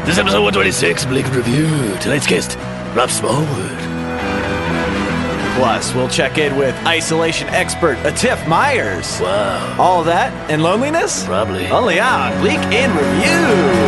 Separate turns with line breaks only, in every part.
This is episode 126, Bleak Review. Tonight's guest, Rob Smallwood.
Plus, we'll check in with isolation expert Atif Myers.
Wow.
All that and loneliness?
Probably.
Only on Bleak in Review.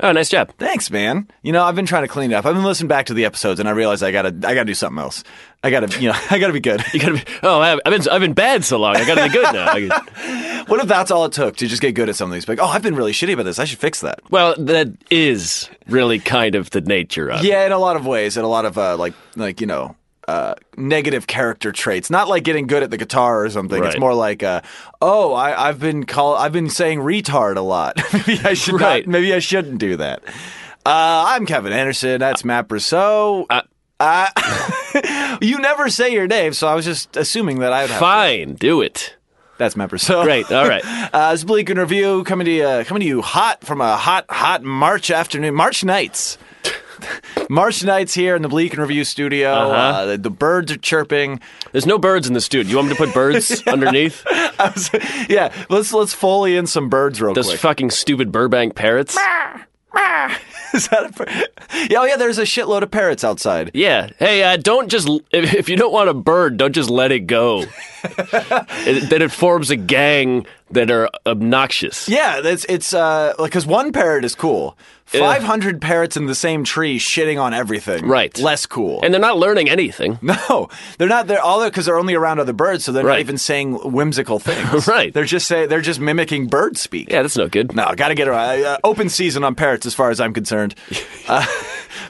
Oh, nice job.
Thanks, man. You know, I've been trying to clean it up. I've been listening back to the episodes, and I realized I gotta, I gotta do something else. I gotta, you know, I gotta be good.
You gotta be, oh, I- I've been I've been bad so long. I gotta be good now. I-
what if that's all it took to just get good at some of these? Like, oh, I've been really shitty about this. I should fix that.
well, that is really kind of the nature of. it.
Yeah, in a lot of ways, in a lot of uh, like, like you know. Uh, negative character traits, not like getting good at the guitar or something. It's
Right.
more like, uh, oh, I, I've been call, I've been saying retard a lot. maybe I should
Right.
not, maybe I shouldn't do that. Uh, I'm Kevin Anderson. That's Matt Brousseau. Uh, you never say your name, so I was just assuming that I would have.
Fine, do it.
That's Matt Brousseau.
Great, all right.
uh, it's Bleak and Review coming to you, coming to you hot from a hot, hot March afternoon, March nights. March nights here in the Bleak and Review studio. uh the, the birds are chirping.
There's no birds in the studio. You want me to put birds underneath
I was- yeah, let's let's foley in some birds real
those
quick.
fucking stupid Burbank parrots?
Is that a, par- yeah, oh yeah, there's a shitload of parrots outside.
Yeah. Hey, uh, don't just if, if you don't want a bird, don't just let it go. it, then it forms a gang that are obnoxious.
Yeah, it's it's uh because one parrot is cool. Five hundred parrots in the same tree shitting on everything.
Right.
less cool.
And they're not learning anything.
No, they're not. They're all there because they're only around other birds, so they're not
Right.
even saying whimsical things.
Right.
They're just say they're just mimicking bird speak.
Yeah, that's no good.
No, got to get around. Uh, open season on parrots, as far as I'm concerned. Uh,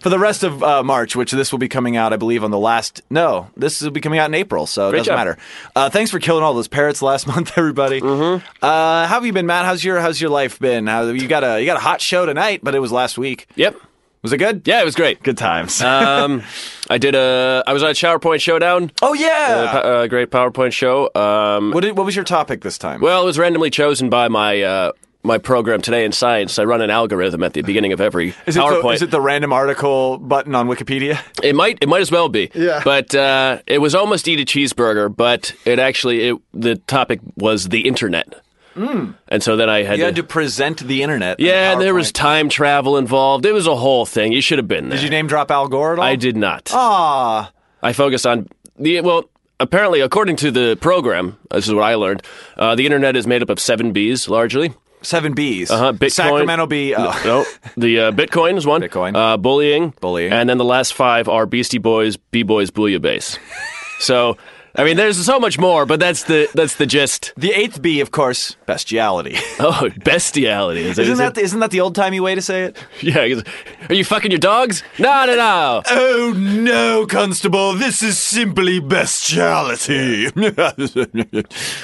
for the rest of uh, March, which this will be coming out, I believe, on the last. No, this will be coming out in April, so it
Great
doesn't
job.
matter. Uh, thanks for killing all those parrots last month, everybody. Mm-hmm. Uh, how have you been, Matt? How's your How's your life been? How, you got a you got a hot show tonight, but it was last week.
Yep.
Was it good?
Yeah, it was great.
Good times.
Um, I did a. I was on a ShowerPoint showdown.
oh
a
yeah.
po- a great PowerPoint show. Um,
what did, What was your topic this time?
well, it was randomly chosen by my uh, my program today in science. I run an algorithm at the beginning of every
Is it, the,
PowerPoint.
is it the random article button on Wikipedia?
It might it might as well be.
Yeah.
But uh, it was almost eat a cheeseburger, but it actually it, the topic was the internet. And so then I had
Hmm. You
to,
had to present the internet. on
yeah, and there was
PowerPoint.
time travel involved. It was a whole thing. You should have been there.
did you name drop Al Gore at all?
I did not.
Ah,
I focused on the well. Apparently, according to the program, this is what I learned. Uh, the internet is made up of seven Bs largely.
seven Bs.
Uh-huh, Bitcoin.
Sacramento B. Oh.
No, the uh, Bitcoin is one.
Bitcoin.
Uh, bullying.
Bullying.
And then the last five are Beastie Boys, B Boys, Bouillabaisse. so, I mean, there's so much more, but that's the that's the gist.
The eighth B, of course, bestiality.
Oh, bestiality. Is it-
Isn't
is
that
it-
the, isn't that the old timey way to say it?
Yeah. is- Are you fucking your dogs? No, no, no.
Oh no, constable! This is simply bestiality.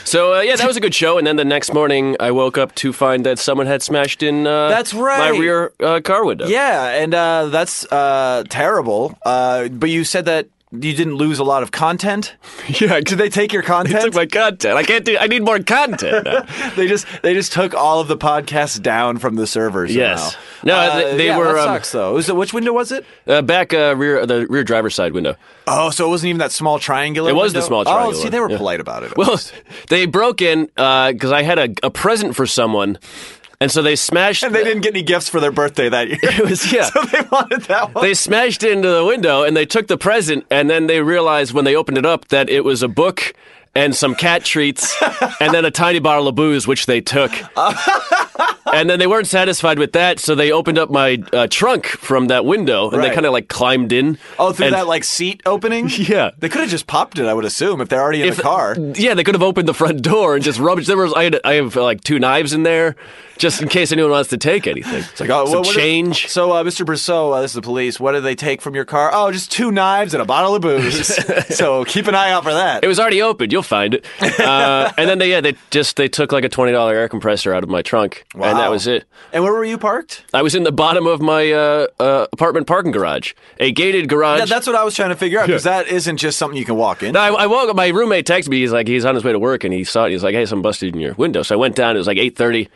So uh, yeah, that was a good show. And then the next morning, I woke up to find that someone had smashed in. Uh,
That's
My
right.
rear uh, car window.
yeah, and uh, that's uh, terrible. Uh, but you said that you didn't lose a lot of content.
yeah.
Did they take your content?
They took my content. I can't do. I need more content. now.
they just they just took all of the podcasts down from the server. Somehow. Uh,
Yes. No, they- they
yeah,
were,
That
um,
sucks though. Was it- which window was it?
Uh, back uh, rear the rear driver's side window.
Oh, so it wasn't even that small triangular.
It was the
window?
small triangular
Oh, see, they were
one, yeah.
polite about it. at
Well,
least.
they broke in because I had a, a present for someone, and so they smashed.
and they didn't get any gifts for their birthday that year.
It was yeah.
so they wanted that one.
They smashed into the window and they took the present, and then they realized when they opened it up that it was a book and some cat treats, and then a tiny bottle of booze, which they took. and then they weren't satisfied with that, so they opened up my uh, trunk from that window, and
Right.
they kind of like climbed in.
oh, through
and-
that like seat opening.
Yeah.
they could have just popped it. I would assume if they're already in the car.
Yeah, they could have opened the front door and just rubbed. There was I, had, I have uh, like two knives in there, just in case anyone wants to take anything. It's like
Oh,
some
what- what-
change.
so, uh, Mr. Brousseau, uh, this is the police. What did they take from your car? Oh, just two knives and a bottle of booze. so keep an eye out for that.
it was already open. You'll find it. Uh, and then they yeah they just they took like a twenty dollar air compressor out of my trunk, and that
Wow.
was it.
and where were you parked?
I was in the bottom of my uh, uh, apartment parking garage, a gated garage.
Yeah, that's what I was trying to figure out because that isn't just something you can walk in.
No, I, I woke up. My roommate texted me. He's like, he's on his way to work, and he saw it. He's like, hey, someone busted in your window. So I went down. It was like eight thirty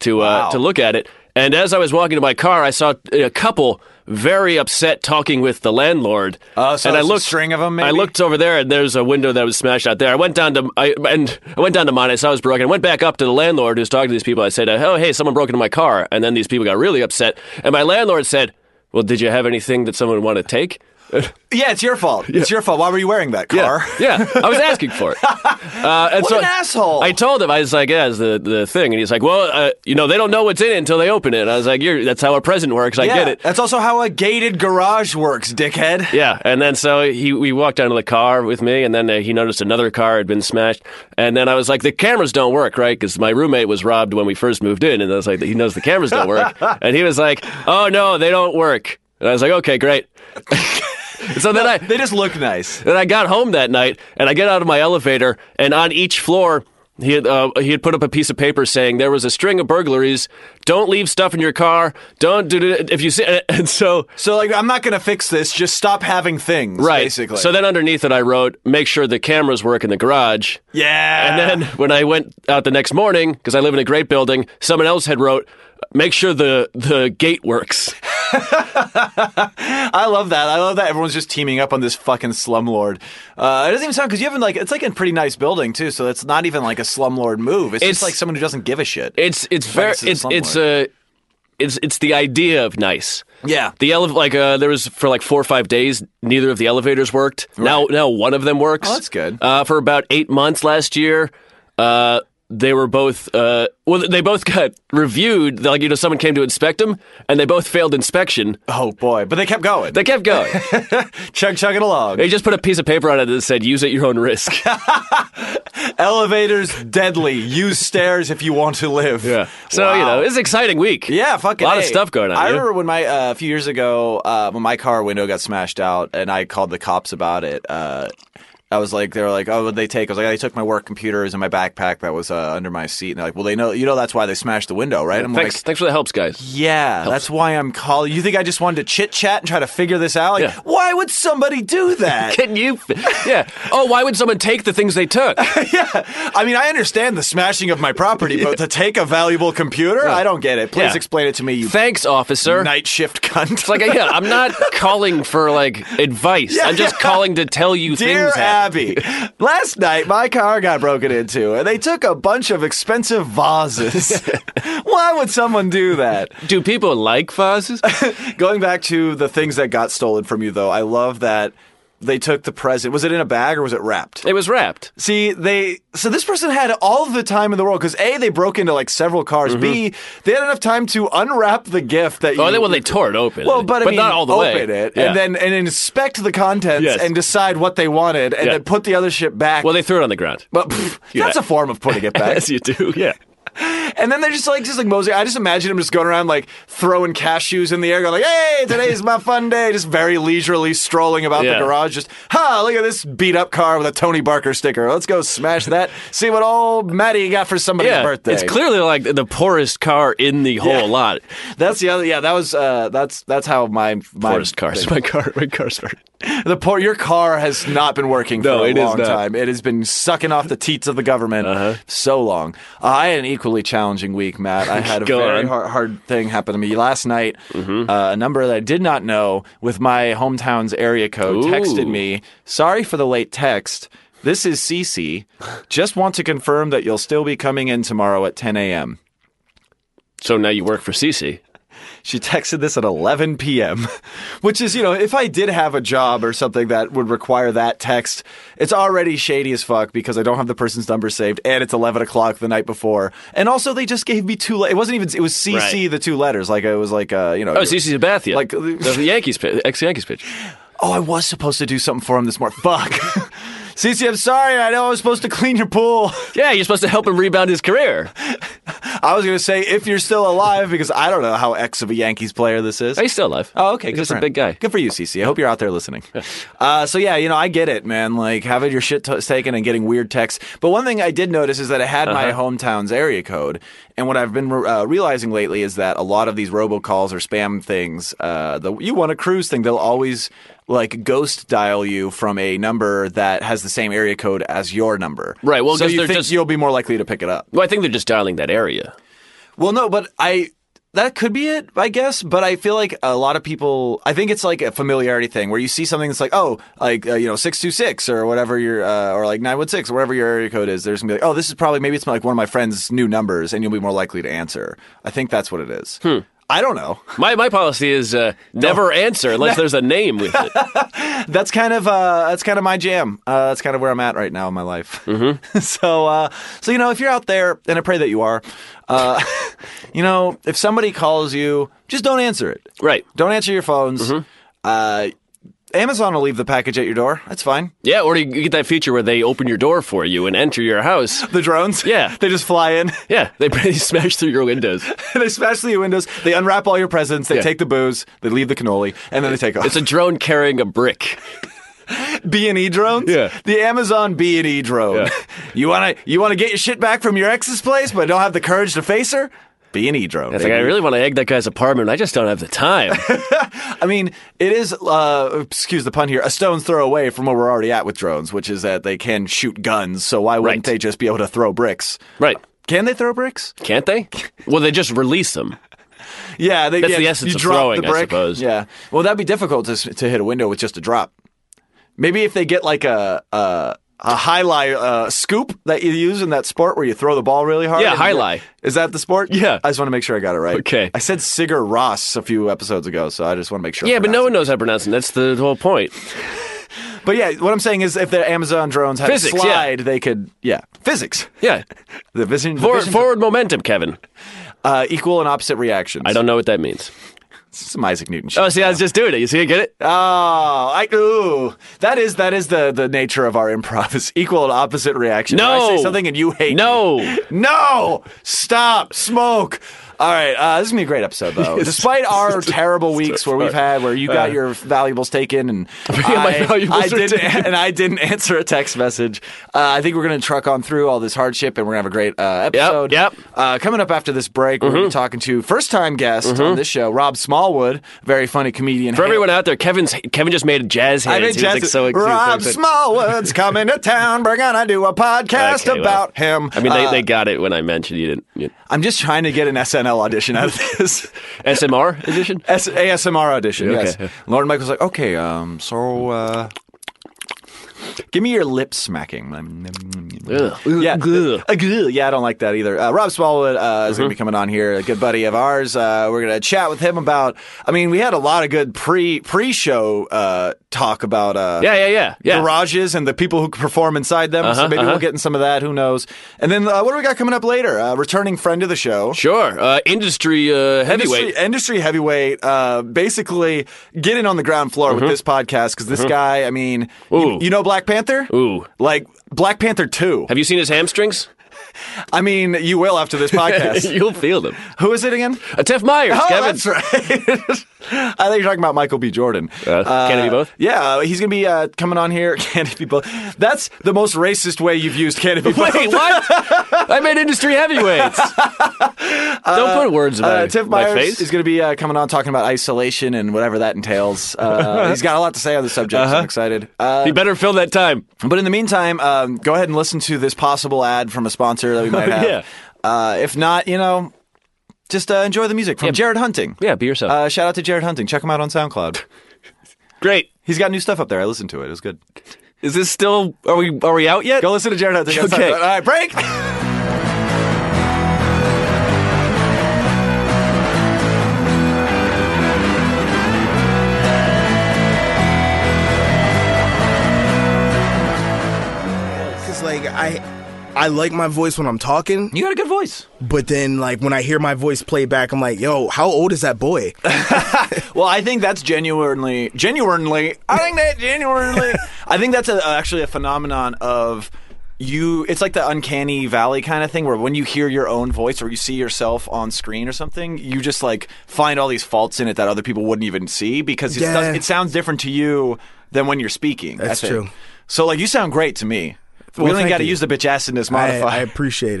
to
Wow.
uh, to look at it. And as I was walking to my car, I saw a couple very upset talking with the landlord.
Uh, so
and I
it's a
looked
string of 'em,
I
maybe?
looked over there, and there's a window that was smashed out there. I went down to I and I went down to mine. I saw it was broken. I went back up to the landlord who's talking to these people. I said, "Oh, hey, someone broke into my car," and then these people got really upset. And my landlord said, "Well, did you have anything that someone want to take?"
Yeah, it's your fault. It's your fault. Why were you wearing that car?
Yeah, I was asking for it. Uh, and
What
so
an asshole.
I told him I was like, "Yeah, it's the the thing," and he's like, "Well, uh, you know, they don't know what's in it until they open it." And I was like, You're, "That's how a present works. I
Yeah,
get it."
That's also how a gated garage works, dickhead.
Yeah, and then so he we walked down to the car with me, and then uh, he noticed another car had been smashed, and then I was like, "The cameras don't work, right?" Because my roommate was robbed when we first moved in, and I was like, "He knows the cameras don't work," and he was like, "Oh no, they don't work," and I was like, "Okay, great." so then I
They just look nice.
And I got home that night, and I get out of my elevator, and on each floor, he had uh, he had put up a piece of paper saying there was a string of burglaries. Don't leave stuff in your car. Don't do it if you see. And so
So like, I'm not gonna fix this. Just stop having things.
right.
Basically.
So then underneath it, I wrote, make sure the cameras work in the garage.
yeah.
And then when I went out the next morning, because I live in a great building, someone else had wrote, make sure the the gate works.
I love that. I love that everyone's just teaming up on this fucking slumlord. Uh, it doesn't even sound because you haven't like it's like a pretty nice building too. So that's not even like a slumlord move. It's,
It's-
just like someone who doesn't give a shit.
It's it's very
it's a
it's it's
slumlord.
a it's it's the idea of nice.
yeah.
The ele- like uh, there was for like four or five days, neither of the elevators worked. Now now one of them works.
Oh, that's good.
Uh, for about eight months last year, uh, they were both uh, well, they both got reviewed. Like you know, someone came to inspect them, and they both failed inspection.
oh boy. But they kept going.
They kept going.
chug chugging along.
they just put a piece of paper on it that said "Use at your own risk."
Elevators deadly. Use stairs if you want to live.
So you know, it's an exciting week.
Yeah, fucking
a lot of
A.
stuff going on.
I
yeah?
remember when my uh, a few years ago uh, when my car window got smashed out and I called the cops about it. Uh, I was like, they were like, oh, what they take? I was like, they took my work computers and my backpack that was uh, under my seat. And they're like, well, they know, you know, that's why they smashed the window, right? I'm
Thanks,
like,
thanks for the helps, guys.
yeah, that's why I'm calling. You think I just wanted to chit chat and try to figure this out? Like,
Yeah.
why would somebody do that?
Can you? f- Yeah. Oh, why would someone take the things they took?
yeah, I mean, I understand the smashing of my property, but to take a valuable computer, I don't get it. Please
Yeah.
explain it to me, you
Thanks, officer.
night shift cunt.
It's like, yeah, I'm not calling for like advice. I'm just
yeah.
calling to tell you
Dear
things. happen.
Abby, last night my car got broken into, and they took a bunch of expensive vases. Why would someone do that?
Do people like vases?
Going back to the things that got stolen from you, though, I love that they took the present. Was it in a bag or was it wrapped?
it was wrapped.
See, they so this person had all the time in the world because a they broke into like several cars. B they had enough time to unwrap the gift that.
Mm-hmm. Oh,
you,
they, well, they tore it open.
Well, but, I mean,
not all the way.
open it
Yeah.
and then and inspect the contents
Yes.
and decide what they wanted and
Yeah.
then put the other shit back.
well, they threw it on the ground.
But pff,
Yeah.
that's a form of putting it back.
As you do, yeah.
and then they're just like, just like mosey. I just imagine them just going around like throwing cashews in the air, going like, "Hey, today's my fun day." Just very leisurely strolling about
Yeah.
the garage. Just, ha! Look at this beat up car with a Tony Barker sticker. Let's go smash that. See what old Maddie got for somebody's
Yeah,
birthday.
it's clearly like the poorest car in the whole lot.
That's the other. Yeah, that was. Uh, that's that's how my my
Poorest car.
thing-
My car. My car's very.
The poor. Your car has not been working
No,
for a
it is
long
not. Uh-huh.
time. It has been sucking off the teats of the government so long. Uh, I had an equally challenging week, Matt. I had a
Go
very
on. Mm-hmm.
hard, hard thing happen to me last night. Uh, a number that I did not know with my hometown's area code texted
Ooh.
me. Sorry for the late text. This is Cece. Just want to confirm that you'll still be coming in tomorrow at 10 a.m.
So now you work for Cece.
She texted this at 11 p.m., which is, you know, if I did have a job or something that would require that text, it's already shady as fuck because I don't have the person's number saved and it's 11 o'clock the night before. And also, they just gave me two, le- it wasn't even, it was CC
Right.
the two letters. Like, it was like, uh, you know.
Oh, Cece Sabathia.
Like-
the Yankees, pi- ex-Yankees pitch.
Oh, I was supposed to do something for him this morning. Fuck. CC, I'm sorry. I know I was supposed to clean your pool.
Yeah, you're supposed to help him rebound his career.
I was going to say, if you're still alive, because I don't know how ex of a Yankees player this is.
Oh, He's still alive.
Oh, okay.
He's
good
just
for
a
him.
big guy.
Good for you, CC. I hope you're out there listening. Uh, so yeah, you know, I get it, man. Like having your shit t- taken and getting weird texts. But one thing I did notice is that it had
Uh-huh.
my hometown's area code. And what I've been re- uh, realizing lately is that a lot of these robocalls or spam things, uh, the you want a cruise thing, they'll always like ghost dial you from a number that has the same area code as your number.
Right, well,
so
'cause
you
they're
think
just-
you'll be more likely to pick it up.
Well, I think they're just dialing that area.
Well, no, but I that could be it, I guess. But I feel like a lot of people. I think it's like a familiarity thing where you see something that's like, oh, like uh, you know, six two six or whatever your uh, or like nine one six, whatever your area code is. There's gonna be like, oh, this is probably maybe it's like one of my friend's new numbers, and you'll be more likely to answer. I think that's what it is. I don't know.
My my policy is uh, never answer unless there's a name with it.
That's kind of uh, that's kind of my jam. Uh, that's kind of where I'm at right now in my life. Mm-hmm. so uh, so you know, if you're out there, and I pray that you are, uh, you know, if somebody calls you, just don't answer it.
Right.
Don't answer your phones.
Mm-hmm.
Uh, Amazon will leave the package at your door. That's fine.
Yeah, or you get that feature where they open your door for you and enter your house.
The drones,
Yeah.
they just fly in.
Yeah, they, they smash through your windows.
they smash through your windows. They unwrap all your presents. They
Yeah.
take the booze. They leave the cannoli, and then they take off.
It's a drone carrying a brick.
B and E drones.
Yeah.
the Amazon B and E drone.
Yeah.
you wanna you wanna get your shit back from your ex's place, but don't have the courage to face her. B and E drone.
It's like I
baby.
really want to egg that guy's apartment. I just don't have the time.
I mean, it is. Uh, excuse the pun here. A stone's throw away from where we're already at with drones, which is that they can shoot guns. So why wouldn't
Right.
they just be able to throw bricks?
right?
Can they throw bricks?
Can't they? Well, they just release them.
Yeah, they,
That's
yeah,
the essence
you
of
drop
throwing,
the
I
brick.
suppose.
Yeah. Well, that'd be difficult to, s- to hit a window with just a drop. Maybe if they get like a a, a high lie uh, scoop that you use in that sport where you throw the ball really hard.
Yeah,
and
high
you-
lie.
Is that the sport?
Yeah.
I just want to make sure I got it right.
Okay.
I said Sigur Ross a few episodes ago, so I just want to make sure. I
Yeah, but no
pronounced
one knows how to pronounce them. That's the whole point.
it. But yeah, what I'm saying is, if the Amazon drones had a
Physics, yeah.
slide, they could. Yeah, physics.
Yeah,
The vision. the
forward,
vision-
forward momentum, Kevin.
uh, equal and opposite reactions.
I don't know what that means.
Some Isaac Newton. Shit.
Oh, see, I was just doing it. You see, I get it.
Oh, I ooh. That is that is the the nature of our improv is equal and opposite reaction.
No.
I say something and you hate.
No.
me. no, stop, smoke. All right, uh, this is gonna be a great episode though. Despite our terrible weeks where we've had where you got your valuables taken and
Uh. my
I,
valuables
I
were
didn't
taken.
and I didn't answer a text message. Uh, I think we're gonna truck on through all this hardship and we're gonna have a great uh, episode.
yep. Mm-hmm.
Uh, coming up after this break, we're gonna be talking to first time guest on this show, Rob Smallwood, very funny comedian.
For everyone out there, Kevin's Kevin just made a jazz
I
hand.
mean,
He was, like,
Jesse-
so- he was, like,
Rob
so-
Smallwood's coming to town. We're gonna do a podcast
Okay, well,
about him.
I mean, they,
Uh,
they got it when I mentioned you didn't. You
I'm just trying to get an SNL audition out of this.
SMR edition.
S- ASMR audition. Yes.
okay.
Lauren Michaels like, okay, um, so uh, give me your lip smacking.
Ugh.
Yeah,
Ugh.
Uh, good. yeah, I don't like that either. Uh, Rob Smallwood uh, is
Mm-hmm.
going to be coming on here, a good buddy of ours. Uh, we're going to chat with him about. I mean, we had a lot of good pre pre show uh, talk about. Uh,
Yeah, yeah, yeah, yeah.
garages and the people who perform inside them.
Uh-huh,
so maybe we'll get in some of that. Who knows? And then uh, what do we got coming up later? Uh, returning friend of the show.
Sure, uh, industry uh, heavyweight.
Industry, industry heavyweight, uh, basically get in on the ground floor with this podcast because this guy, I mean, you,
Mm-hmm. Ooh.
you know Black Panther?
Ooh.
Like Black Panther 2.
Have you seen his hamstrings?
I mean, you will after this podcast.
You'll feel them.
Who is it again?
Uh, Tef Myers,
Oh,
Kevin.
that's right. I thought you were talking about Michael B. Jordan.
Uh, can it be both?
Yeah, uh, he's going to be uh, coming on here. Can it be both? That's the most racist way you've used can it be both.
Wait, what? I made industry heavyweights. Don't put words in my,
Uh, Tiff
my
Myers
face.
is going to be uh, coming on talking about isolation and whatever that entails. Uh, he's got a lot to say on the subject. So
Uh-huh.
I'm excited. Uh,
you better fill that time.
but in the meantime, um, go ahead and listen to this possible ad from a sponsor that we might have.
Yeah.
uh, if not, you know, just uh, enjoy the music from Jared Hunting.
Yeah, be yourself.
Uh, shout out to Jared Hunting. Check him out on SoundCloud.
Great.
He's got new stuff up there. I listened to it. It was good.
Is this still? Are we? Are we out yet?
Go listen to Jared Hunting. on
Okay.
SoundCloud. All right, break.
Cause like I, I like my voice when I'm talking,
You got a good voice.
but then like when I hear my voice play back, I'm like, yo, how old is that boy?
Well, I think that's genuinely, genuinely. I think that genuinely. I think that's a, actually a phenomenon of you. It's like the uncanny valley kind of thing, where when you hear your own voice or you see yourself on screen or something, you just like find all these faults in it that other people wouldn't even see because it,
Yeah.
does- it sounds different to you than when you're speaking. I
That's
think.
true.
So, like, you sound great to me. we don't
Well,
even
thank
got to
you.
use the bitch acidness
I,
modifier.
I appreciate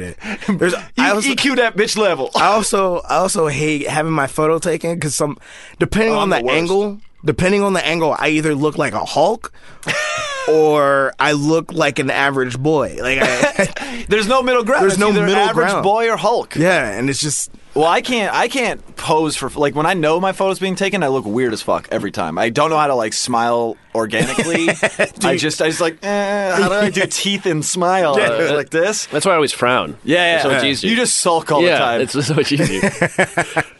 it. There's, I
You
also,
EQ that bitch level.
I also, I also hate having my photo taken because some, depending
Oh, I'm
on
the
the,
worst.
angle, depending on the angle, I either look like a Hulk or I look like an average boy. Like, I,
There's no middle ground.
There's
It's
no
either
middle
average
ground.
boy or Hulk.
yeah, and it's just
Well, I can't. I can't pose for like when I know my photo's being taken. I look weird as fuck every time. I don't know how to like smile organically. I just, I just like, eh, how do I do teeth and smile
Yeah.
like this?
That's why I always frown.
Yeah, yeah.
So it's easier.
You just sulk all the
yeah,
time.
it's so much easier.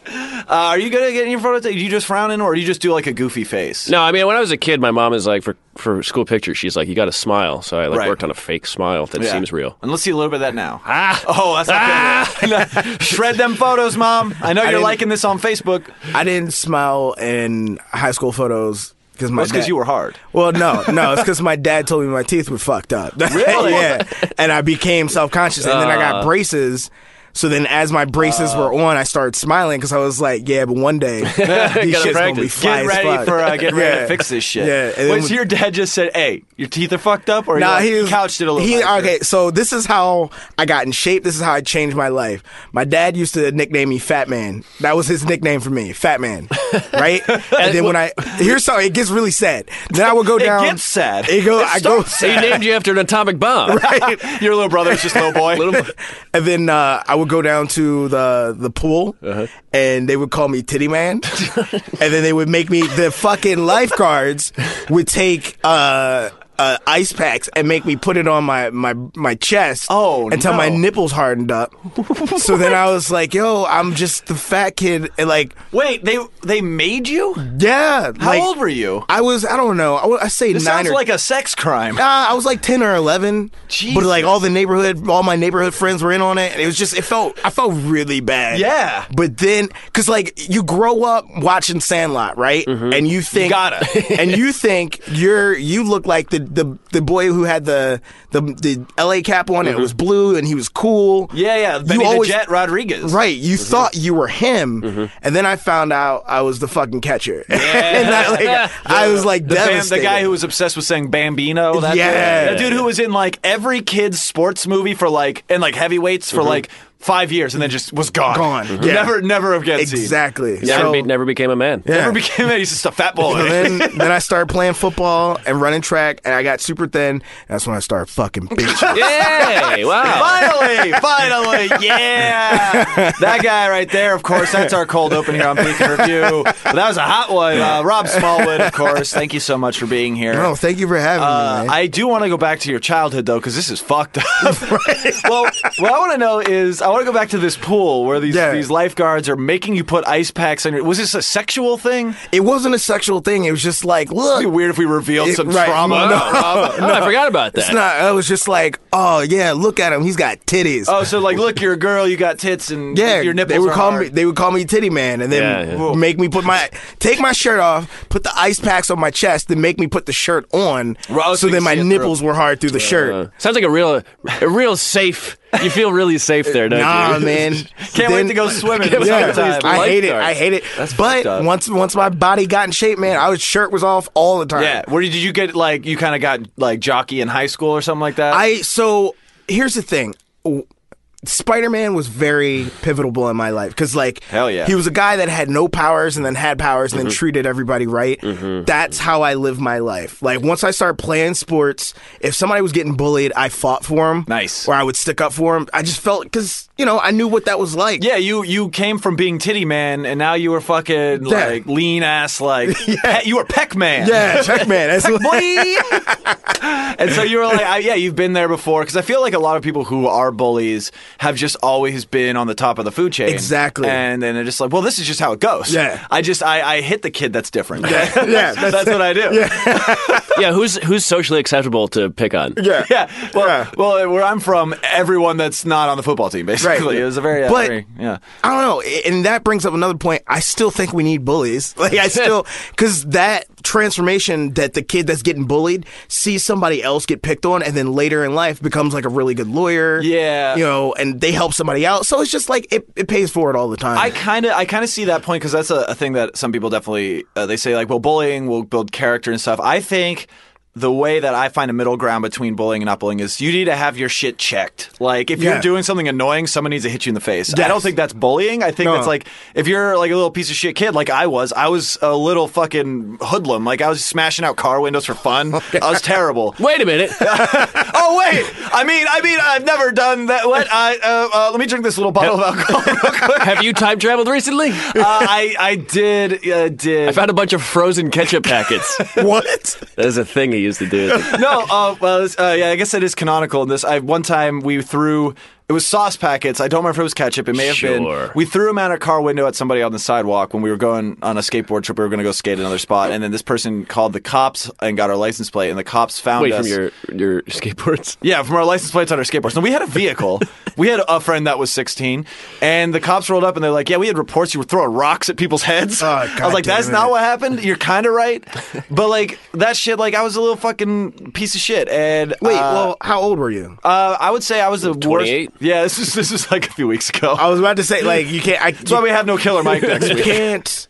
Uh, are you good at getting your photo taken? Do you just frown in, or do you just do like a goofy face?
No, I mean when I was a kid, my mom is like for for school pictures, she's like, you got to smile. So I like
Right.
worked on a fake smile that
Yeah.
seems real.
And let's see a little bit of that now.
Ah,
Oh, that's not good. Shred them photos, mom. I know you're
didn't-
liking this on Facebook.
I didn't smile in high school photos because my
That's because
dad-
you were hard.
Well, no, no, it's because my dad told me my teeth were fucked up.
Really? Uh.
yeah, and I became self conscious, and then I got braces. So then, as my braces were on, I started smiling because I was like, "Yeah, but one day these shit's gonna be
practice.
fly
Get
as
ready
fuck."
for uh, get ready
Yeah.
to fix this shit.
Yeah, and then
Wait, so
when-
your dad just said, "Hey, your teeth are fucked up," or
Nah,
he,
he
like,
was-
couched it a little.
He,
nicer?
okay, so this is how I got in shape. This is how I changed my life. My dad used to nickname me Fat Man. That was his nickname for me, Fat Man. Right? and, then when I here's something, it gets really sad. Then I would go
It
down.
gets sad.
It go.
It
I go.
starts
he named you after an atomic bomb.
Right.
Your little brother is just little boy.
And then uh, I would go down to the the pool,
Uh-huh.
and they would call me Titty Man, and then they would make me the fucking lifeguards would take. Uh, uh, ice packs and make me put it on my my my chest
Oh,
until my
no.
nipples hardened up. so then I was like, "Yo, I'm just the fat kid." And like,
Wait, they they made you? How
yeah. like,
old were you?
I was. I don't know. I, wa- I say
This
nine
sounds
or
like a sex crime.
uh, I was like ten or eleven, but like
Jesus.
all the neighborhood, all my neighborhood friends were in on it, and it was just it felt I felt really bad.
Yeah.
but then because like you grow up watching Sandlot, right? And you think
Mm-hmm. gotta.
and you think you're you look like the the, the boy who had the the the L.A. cap on, and it was blue, and he was cool.
Mm-hmm. Yeah, yeah. Benny the
always-
Jet Mm-hmm. Rodriguez.
Right, you thought you were him, and then I found out I was the fucking catcher, and I, like, I was like
The, fam- the
devastated.
guy who was obsessed with saying Bambino. That
Yeah.
Dude. That dude who was in like every kid's sports movie for like, and like heavyweights for like five years and then just was gone.
Mm-hmm. Gone, yeah.
Never, never again seen.
exactly
Never,
So-
be- never became a man.
Yeah.
Never became He's just a fat
Oh,
boy.
And then, then I started playing football and running track, and I got super thin. That's when I started fucking bitching.
Yay! Wow.
Finally, finally, yeah. That guy right there, of course, that's our cold open here on Peak and Review. But that was a hot one. Uh, Rob Smallwood, of course. Thank you so much for being here.
no, Oh, thank you for having
Uh,
me. Man.
I do want to go back to your childhood though, because this is fucked up. well, what I want to know is, I want to go back to this pool where these
Yeah.
these lifeguards are making you put ice packs on your. Was this a sexual thing?
it wasn't a sexual thing. It was just like,
It'd be
look,
weird if we revealed
It-
some
right.
trauma.
No.
Oh, I forgot about that.
it's not. I was just like, oh yeah, look at him. He's got titties.
Oh, so like, look, you're a girl, you got tits, and
yeah,
your nipples
they would
are
call
hard.
me. They would call me Titty Man, and then
Yeah, yeah.
make me put my take my shirt off, put the ice packs on my chest, then make me put the shirt on,
Right, so
so
you
then my
see it
nipples were hard through the
Uh,
shirt.
sounds like a real, a real safe. You feel really safe there, don't
Nah,
you?
man.
Can't wait to go swimming.
Can't wait
Yeah,
to go
sometime.
swimming.
I hate it.
Lifeguard.
I hate it.
fucked up.
but once once my body got in shape, man, I was shirt was off all the time.
Yeah. Where did you get like you kind of got like jockey in high school or something like that?
I so here's the thing. Spider Man was very pivotal in my life because, like,
Hell yeah. Mm-hmm.
he was a guy that had no powers and then had powers and then treated everybody right. That's how I lived my life. Like, once I started playing sports, if somebody was getting bullied, I fought for him.
Nice.
Or I would stick up for him. I just felt because you know I knew what that was like.
yeah, you you came from being titty man, and now you were fucking
Yeah.
like lean ass like pe- you were peck man.
yeah, check man. That's what-
and so you were like, I, yeah, you've been there before. Because I feel like a lot of people who are bullies have just always been on the top of the food chain.
Exactly.
And then they're just like, well, this is just how it goes.
Yeah.
I just, I, I hit the kid that's different.
yeah, that's-
that's, what I do. Yeah.
Yeah, who's who's socially acceptable to pick on?
yeah.
Well,
Yeah.
well, where I'm from, everyone that's not on the football team, basically.
Right.
It was a very, uh,
But-
very- yeah.
I don't know, a- and that brings up another point. I still think we need bullies. Like I still, because that transformation that the kid that's getting bullied sees somebody else get picked on, and then later in life becomes like a really good lawyer.
Yeah.
you know, and they help somebody out. So it's just like it, it pays for it all the time.
I kind of I kind of see that point because that's a, a thing that some people definitely uh, they say like well bullying will build character and stuff. I think the way that I find a middle ground between bullying and not bullying is you need to have your shit checked. Like if
Yeah.
you're doing something annoying, someone needs to hit you in the face. I don't
Yes.
think that's bullying. I think
No.
that's like if you're like a little piece of shit kid, like I was. I was a little fucking hoodlum. Like I was smashing out car windows for fun.
Oh,
I was terrible.
Wait a minute.
oh wait, I mean, I mean, I've never done that. What? I, uh, uh, let me drink this little bottle of alcohol. Real quick.
Have you time traveled recently?
Uh, I I did uh, did.
I found a bunch of frozen ketchup packets.
what?
that is a thing he used to do.
no, uh, well, it's- uh, yeah, I guess it is canonical in this. I one time we threw it was sauce packets. I don't remember if it was ketchup. It may have
Sure.
been. We threw them out a car window at somebody on the sidewalk when we were going on a skateboard trip. We were going to go skate another spot, and then this person called the cops and got our license plate, and the cops found
Wait
us.
from your your skateboards.
Yeah, from our license plates on our skateboards. No, we had a vehicle. we had a friend that was 16, and the cops rolled up and they're like, "Yeah, we had reports you were throwing rocks at people's heads."
Oh,
I was
God
like,
damn
"That's
it.
not what happened. You're kind of right, but like that shit. Like I was a little fucking piece of shit." And
Wait,
uh,
well, how old were you?
uh, I would say I was the
28?
worst. Yeah, this is this is like a few weeks ago.
I was about to say like you can't. I,
That's why we have no killer Mike next
you
week.
can't.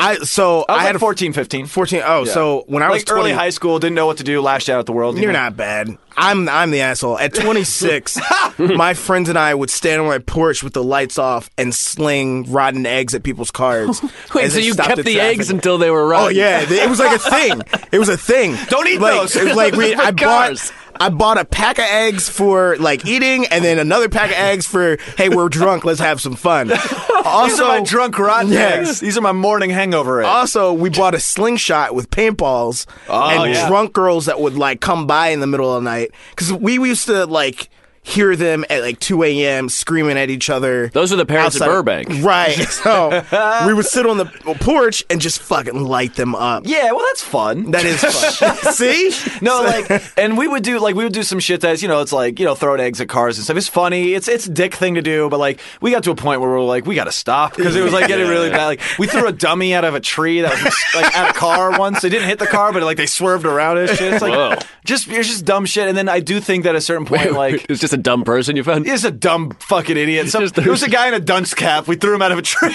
I so I,
I was
had
like 14, 15.
14 Oh, so when I was
like early
20
high school, didn't know what to do, lashed out at the world. you
You're
know?
not bad. I'm I'm the asshole. At 26, my friends and I would stand on my porch with the lights off and sling rotten eggs at people's cars.
Wait,
as
so
they
you
stopped
kept
at
the
traffic.
eggs until they were rotten?
Oh yeah, th- it was like a thing. It was a thing.
Don't eat
like,
those.
it was Like we,
Those are
I
cars.
bought, I bought a pack of eggs for like eating, and then another pack of eggs for hey, we're drunk, let's have some fun.
These are
Also,
my drunk rotten
Yeah.
eggs. These are my morning hangover eggs.
also we bought a slingshot with paintballs and
Oh, yeah.
drunk girls that would like come by in the middle of the night because we used to like hear them at like 2 a.m screaming at each other
Those are the parents of
outside-
Burbank.
right so we would sit on the porch and just fucking light them up
yeah, well, that's fun.
that is fun see
No, like, and we would do like we would do some shit that's you know it's like you know throwing eggs at cars and stuff. It's funny. It's it's a dick thing to do, but like we got to a point where we were like we got to stop because it was like getting really bad. Like we threw a dummy out of a tree that was like at a car once. It didn't hit the car, but like they swerved around it. and Shit. It's like
Whoa.
just it's just dumb shit. And then I do think that at a certain point, like.
it was just a dumb person you found.
He's a dumb fucking idiot. Some,
Just-
there was a guy in a dunce cap. We threw him out of a tree.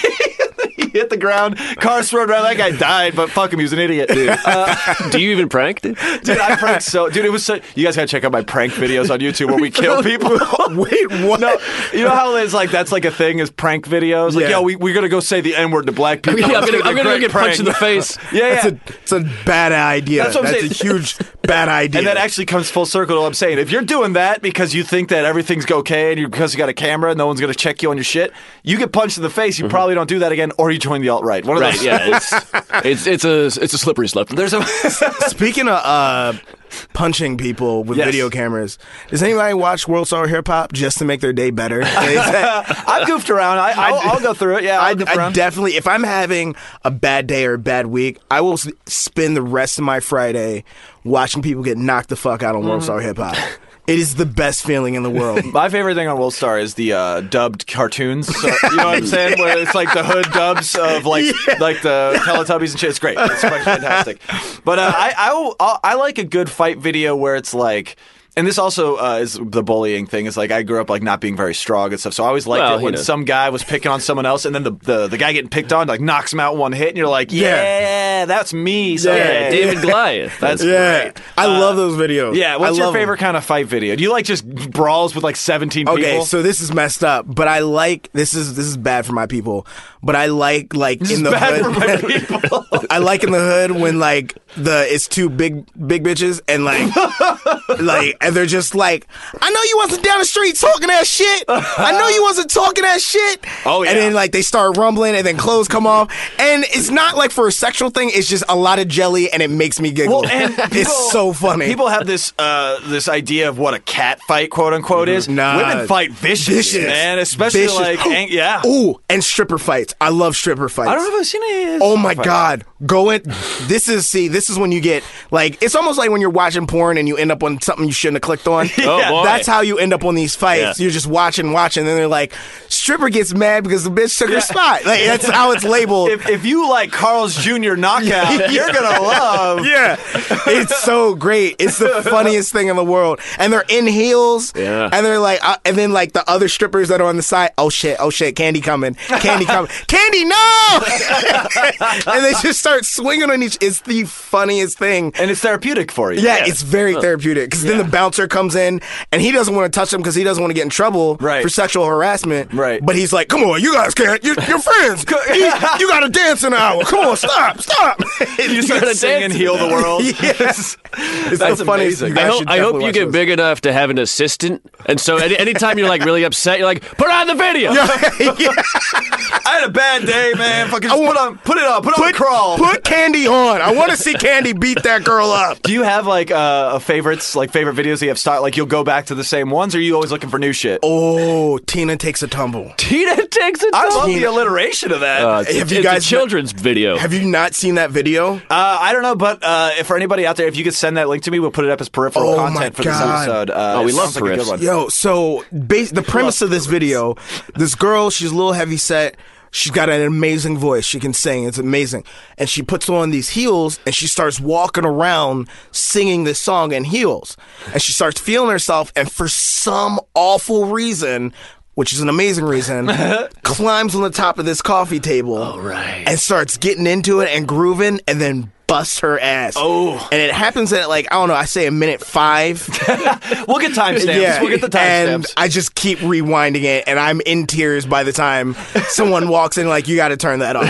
he hit the ground. Car swerved around. That guy died, but fuck him. He was an idiot, dude. Uh,
Do you even prank? Dude?
Dude, I pranked so. Dude, it was so. You guys gotta check out my prank videos on YouTube where we kill people.
wait what
No, you know how it's like that's like a thing is prank videos. Like,
Yeah.
yo, we, we're gonna go say the n word to black people.
Yeah, I'm
It's
gonna,
be
I'm
a
gonna
great
get punched in the
prank.
face.
Yeah,
that's
yeah.
a, it's a bad idea
That's
that's,
what I'm
a huge bad idea
and that actually comes full circle to what I'm saying. If you're doing that because you think that everything's okay and you, because you got a camera and no one's going to check you on your shit, you get punched in the face. You probably don't do that again or you join the alt right. One of
Mm-hmm. Right.
those.
Yeah. It's, it's it's a it's a slippery slope.
There's a.
Speaking of uh, punching people with
Yes.
video cameras, does anybody watch World Star Hip Hop just to make their day better? I,
I've goofed around. I, I'll, I'll go through it. Yeah, I'll goof
I
around.
definitely, if I'm having a bad day or a bad week, I will s- spend the rest of my Friday watching people get knocked the fuck out on World Star
Mm-hmm.
Hip Hop. It is the best feeling in the world.
My favorite thing on World Star is the uh, dubbed cartoons. So, you know what I'm saying? Where it's like the hood dubs of like like the Teletubbies and shit. It's great. It's fucking fantastic. But uh, I, I will- I'll- I like a good fight video where it's like. And this also uh, is the bullying thing. Is like I grew up like not being very strong and stuff, so I always liked
Well,
it
you
when
know.
some guy was picking on someone else, and then the, the, the guy getting picked on like knocks him out one hit, and you're like, yeah,
Yeah.
that's me.
Yeah,
someday."
David Goliath.
That's
yeah,
great.
I love those videos.
Uh, Yeah, what's
I
your
love 'em.
favorite kind of fight video? Do you like just brawls with like 17
Okay,
people?
so this is messed up, but I like this is this is bad for my people. But I like like in the
bad
hood,
for my people.
I like in the hood when like the it's two big big bitches and like like and they're just like I know you wasn't down the street talking that shit. I know you wasn't talking that shit.
Oh, yeah.
And then like they start rumbling and then clothes come off and it's not like for a sexual thing. It's just a lot of jelly and it makes me giggle.
Well, and people-
it's so funny.
People have this uh, this idea of what a cat fight, quote unquote, is.
Mm-hmm. Nah.
Women fight vicious,
vicious
man, especially
Vicious.
like ang- yeah.
Ooh, and stripper fights. I love stripper fights.
I don't know if I've seen it.
Oh my God! Go in. This is see. This is when you get like it's almost like when you're watching porn and you end up on something you shouldn't have clicked on.
Oh, boy.
That's how you end up on these fights.
Yeah.
You're just watching, watching, and then they're like, stripper gets mad because the bitch took her spot. Like that's how it's labeled.
If, if you like Carl's Jr. knockout, you're gonna love.
yeah, it's so great. It's the funniest thing in the world. And they're in heels.
Yeah.
And they're like, uh, and then like the other strippers that are on the side. Oh shit! Oh shit! Candy coming! Candy coming! Candy no! and they just start swinging on each. It's the funniest thing.
and it's therapeutic for you.
Yeah, it's very therapeutic because then the bouncer comes in and he doesn't want to touch him because he doesn't want to get in trouble
Right.
for sexual harassment.
Right.
But he's like, "Come on, you guys can't. You're, you're friends. you, you got to dance an hour. Come on, stop, stop."
you start singing "Heal the World."
yes, it's
That's
the funniest.
amazing.
You
I
guys
I hope,
should
I hope
definitely
you
watch
get
this.
big enough to have an assistant. And so any, anytime you're like really upset, you're like, put on the video.
I had a bad day, man. Fucking
want-
put on, put it on, put, on the crawl.
Put Candy on. I want to see Candy beat that girl up.
do you have like uh, a favorites, like favorite videos that you have stock? Like you'll go back to the same ones, or are you always looking for new shit?
Oh, Tina takes a tumble.
Tina takes it.
I love
Tina-
the alliteration of that. Uh,
it's,
Have you
it's
guys-
a children's video.
Have you not seen that video?
I don't know, but uh, if for anybody out there, if you could send that link to me, we'll put it up as peripheral
Oh my
content for this
God.
episode. Uh,
Oh, we
it
love
sounds like a good
perifs.
one.
Yo, so bas- the premise of this video, this girl, she's a little heavy set. She's got an amazing voice. She can sing. It's amazing. And she puts on these heels and she starts walking around singing this song in heels. And she starts feeling herself and for some awful reason, which is an amazing reason, climbs on the top of this coffee table and starts getting into it and grooving and then busts her ass. Oh. And it happens at like, I don't know, I say a minute five.
We'll get timestamps. We'll get the
And
timestamps.
I just keep rewinding it, and I'm in tears by the time someone walks in, like, you got to turn that off.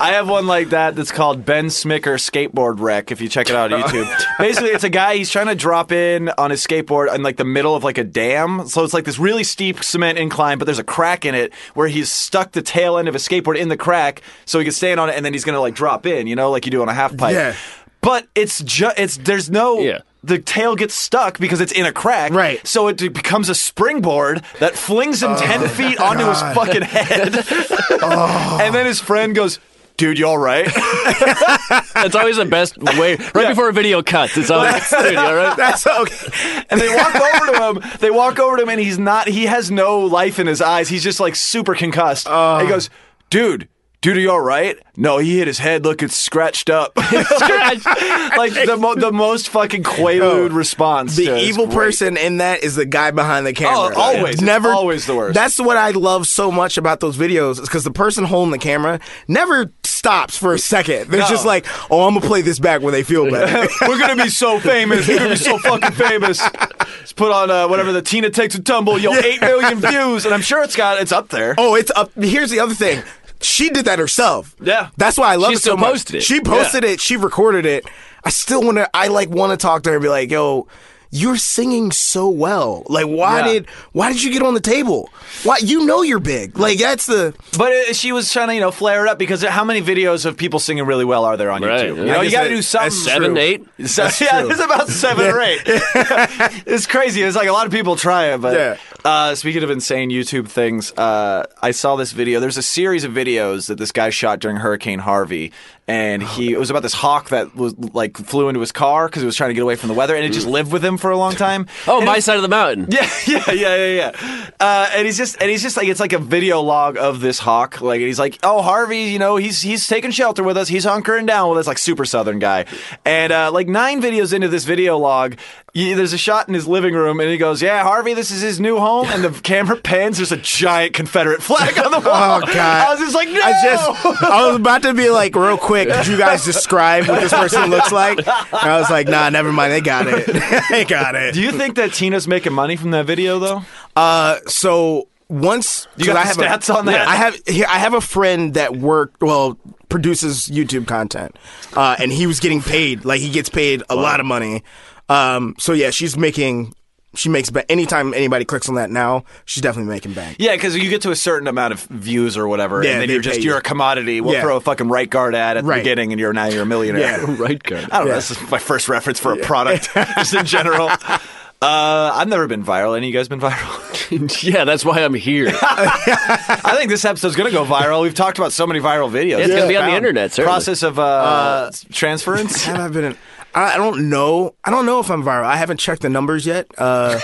I have one like that that's called Ben Smicker Skateboard Wreck. If you check it out on YouTube, basically it's a guy he's trying to drop in on his skateboard in like the middle of like a dam. So it's like this really steep cement incline, but there's a crack in it where he's stuck the tail end of his skateboard in the crack, so he can stand on it, and then he's gonna like drop in, you know, like you do on a half pipe.
Yeah.
But it's just it's there's no
Yeah.
the tail gets stuck because it's in a crack.
Right. Oh
So it becomes a springboard that flings him 10 feet onto his fucking head.
Oh.
And then his friend goes, Dude, you all right?
That's always the best way. Right before a video cuts, it's always dude, all right?
That's okay.
And they walk over to him. They walk over to him, and he's not. He has no life in his eyes. He's just like super concussed.
Oh.
And he goes, "Dude, dude, are you all right? No, he hit his head. looking scratched up. like the mo- the most fucking quaalude response. to
Oh. The
it is
evil
great.
person in that is the guy behind the camera.
Oh, always. It's
never,
always the worst.
That's what I love so much about those videos is because the person holding the camera never stops for a second. They're just like, "Oh, I'm gonna play this back when they feel better."
We're gonna be so famous. We're gonna be so fucking famous. Let's put on uh, whatever the Tina takes a tumble. Yo, eight million views, and I'm sure it's got it's up there.
Oh, it's up. Here's the other thing. She did that herself.
Yeah.
that's why I love
She
it so
still
much.
posted it.
She posted it. She recorded it. I still want to. I like want to talk to her and be like, "Yo, you're singing so well. Like, why
Yeah.
did why did you get on the table? Why you know you're big. Like that's the
But uh she was trying to, you know, flare it up because how many videos of people singing really well are there on
Right.
YouTube? You
I
know, you
guess
got to
that-
do something.
that's
Seven,
True.
eight.
So, yeah, there's about seven or eight. it's crazy. It's like a lot of people try it, but
Yeah.
uh, speaking of insane YouTube things, uh, I saw this video. There's a series of videos that this guy shot during Hurricane Harvey, and he it was about this hawk that was like flew into his car because he was trying to get away from the weather, and it
Mm.
just lived with him for a long time.
Oh,
And
my
it-
side of the mountain.
yeah, yeah, yeah, yeah, yeah. Uh, and he's just, and he's just like, it's like a video log of this hawk. Like he's like, oh, Harvey, you know, he's he's taking shelter with us. He's hunkering down with us, like super southern guy. And uh, like nine videos into this video log, y there's a shot in his living room, and he goes, yeah, Harvey, this is his new home. And the camera pans. There's a giant Confederate flag on the
oh
wall.
god.
I was just like, no.
I just I was about to be like, real quick. Could you guys describe what this person looks like? And I was like, Nah, never mind. They got it. they got it.
Do you think that Tina's making money from that video though?
Uh, so once
You got
'cause
the
I have a-
stats on that?
I have here, I have a friend that work well produces YouTube content, uh, and he was getting paid like he gets paid a lot of money. Um, so yeah, she's making she makes but anytime anybody clicks on that now, she's definitely making bank.
Yeah, because you get to a certain amount of views or whatever,
Yeah,
and then
they
you're just
pay you.
you're a commodity. We'll
Yeah.
throw a fucking right guard ad at the
Right.
beginning, and you're now you're a millionaire.
Yeah.
Right guard.
I don't know. This is my first reference for a product, just in general. Uh, I've never been viral. Any of you guys been viral?
yeah, that's why I'm here.
I think this episode's gonna go viral. We've talked about so many viral videos.
Yeah, it's gonna be on the
Found
Uh,
internet, certainly.
Process of uh, transference.
Have I been? In, I, I don't know. I don't know if I'm viral. I haven't checked the numbers yet. Uh,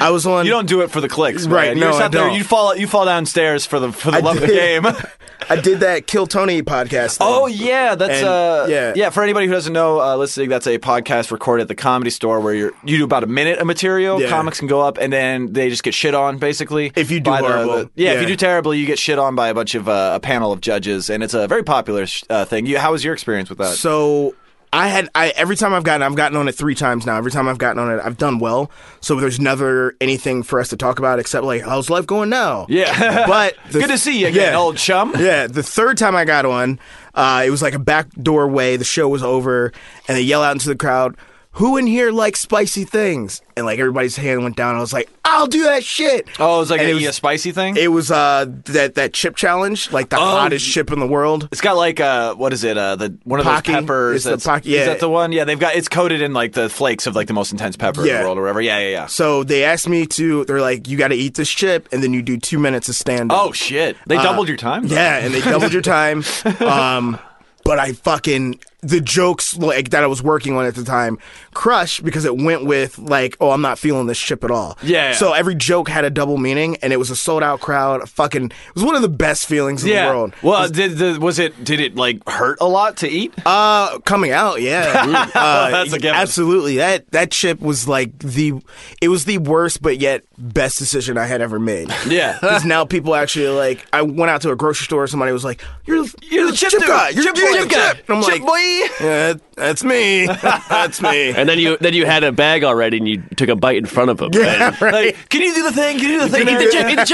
I was on.
You don't do it for the clicks, man.
Right,
You're
no,
just
I
out there.
don't.
You fall. You fall downstairs for the for the
I
love of the
did.
game.
I did that Kill Tony podcast. thing.
Oh yeah, that's
Um, And,
uh yeah.
yeah.
For anybody who doesn't know, uh, listening, that's a podcast recorded at the Comedy Store where you you do about a minute of material.
Yeah.
Comics can go up and then they just get shit on basically.
If you do
by the-
horrible.
the- yeah, If
Yeah.
you do terrible, you get shit on by a bunch of uh, a panel of judges, and it's a very popular sh- uh, thing. You, how was your experience with that?
So I had I every time I've gotten I've gotten on it three times now. Every time I've gotten on it, I've done well. So there's never anything for us to talk about except like how's life going now.
Yeah.
but the-
Good to see you again,
yeah.
old chum.
Yeah, the third time I got on, uh, it was like a back door way. The show was over, and they yell out into the crowd, "Who in here likes spicy things?" And like everybody's hand went down. I was like, "I'll do that shit."
Oh, it was like
And
a,
it was-
a spicy thing. It,
It was uh that that chip challenge, like
Oh,
the hottest chip in the world.
has got like uh what is it uh the one of those
Pocky.
peppers
It's the
that's-
pocky-
is
yeah.
that the one yeah they've got it's coated in like the flakes of like the most intense pepper in
Yeah.
the world or whatever yeah yeah yeah
So they asked me to. They're like, "You got to eat this chip, and then you do two minutes of stand."
oh shit they
Uh,
doubled your time though.
yeah, and they doubled your time. Um, but I fucking the jokes like that I was working on at the time crushed because it went with like, "Oh, I'm not feeling this chip at all."
Yeah.
So every joke had a double meaning, and it was a sold out crowd. Fucking, it was one of the best feelings in the world.
Well, did the, was it did it like hurt a lot to eat?
Uh, coming out, yeah, uh,
Oh, That's a given.
absolutely. That that chip was like the, it was the worst but yet best decision I had ever made.
Yeah.
because now people actually like. I went out to a grocery store. Somebody was like, "You're the, you're the chip,
dude.
guy. You're
Chip
the
boy.
chip guy."
Chip-
And I'm
chip
like,
boy.
"Yeah, that- that's me. that's me."
And then you then you had a bag already, and you took a bite in front of him.
Yeah, right.
Like, can you do the thing? Can you do the thing? Eat the chip. Eat the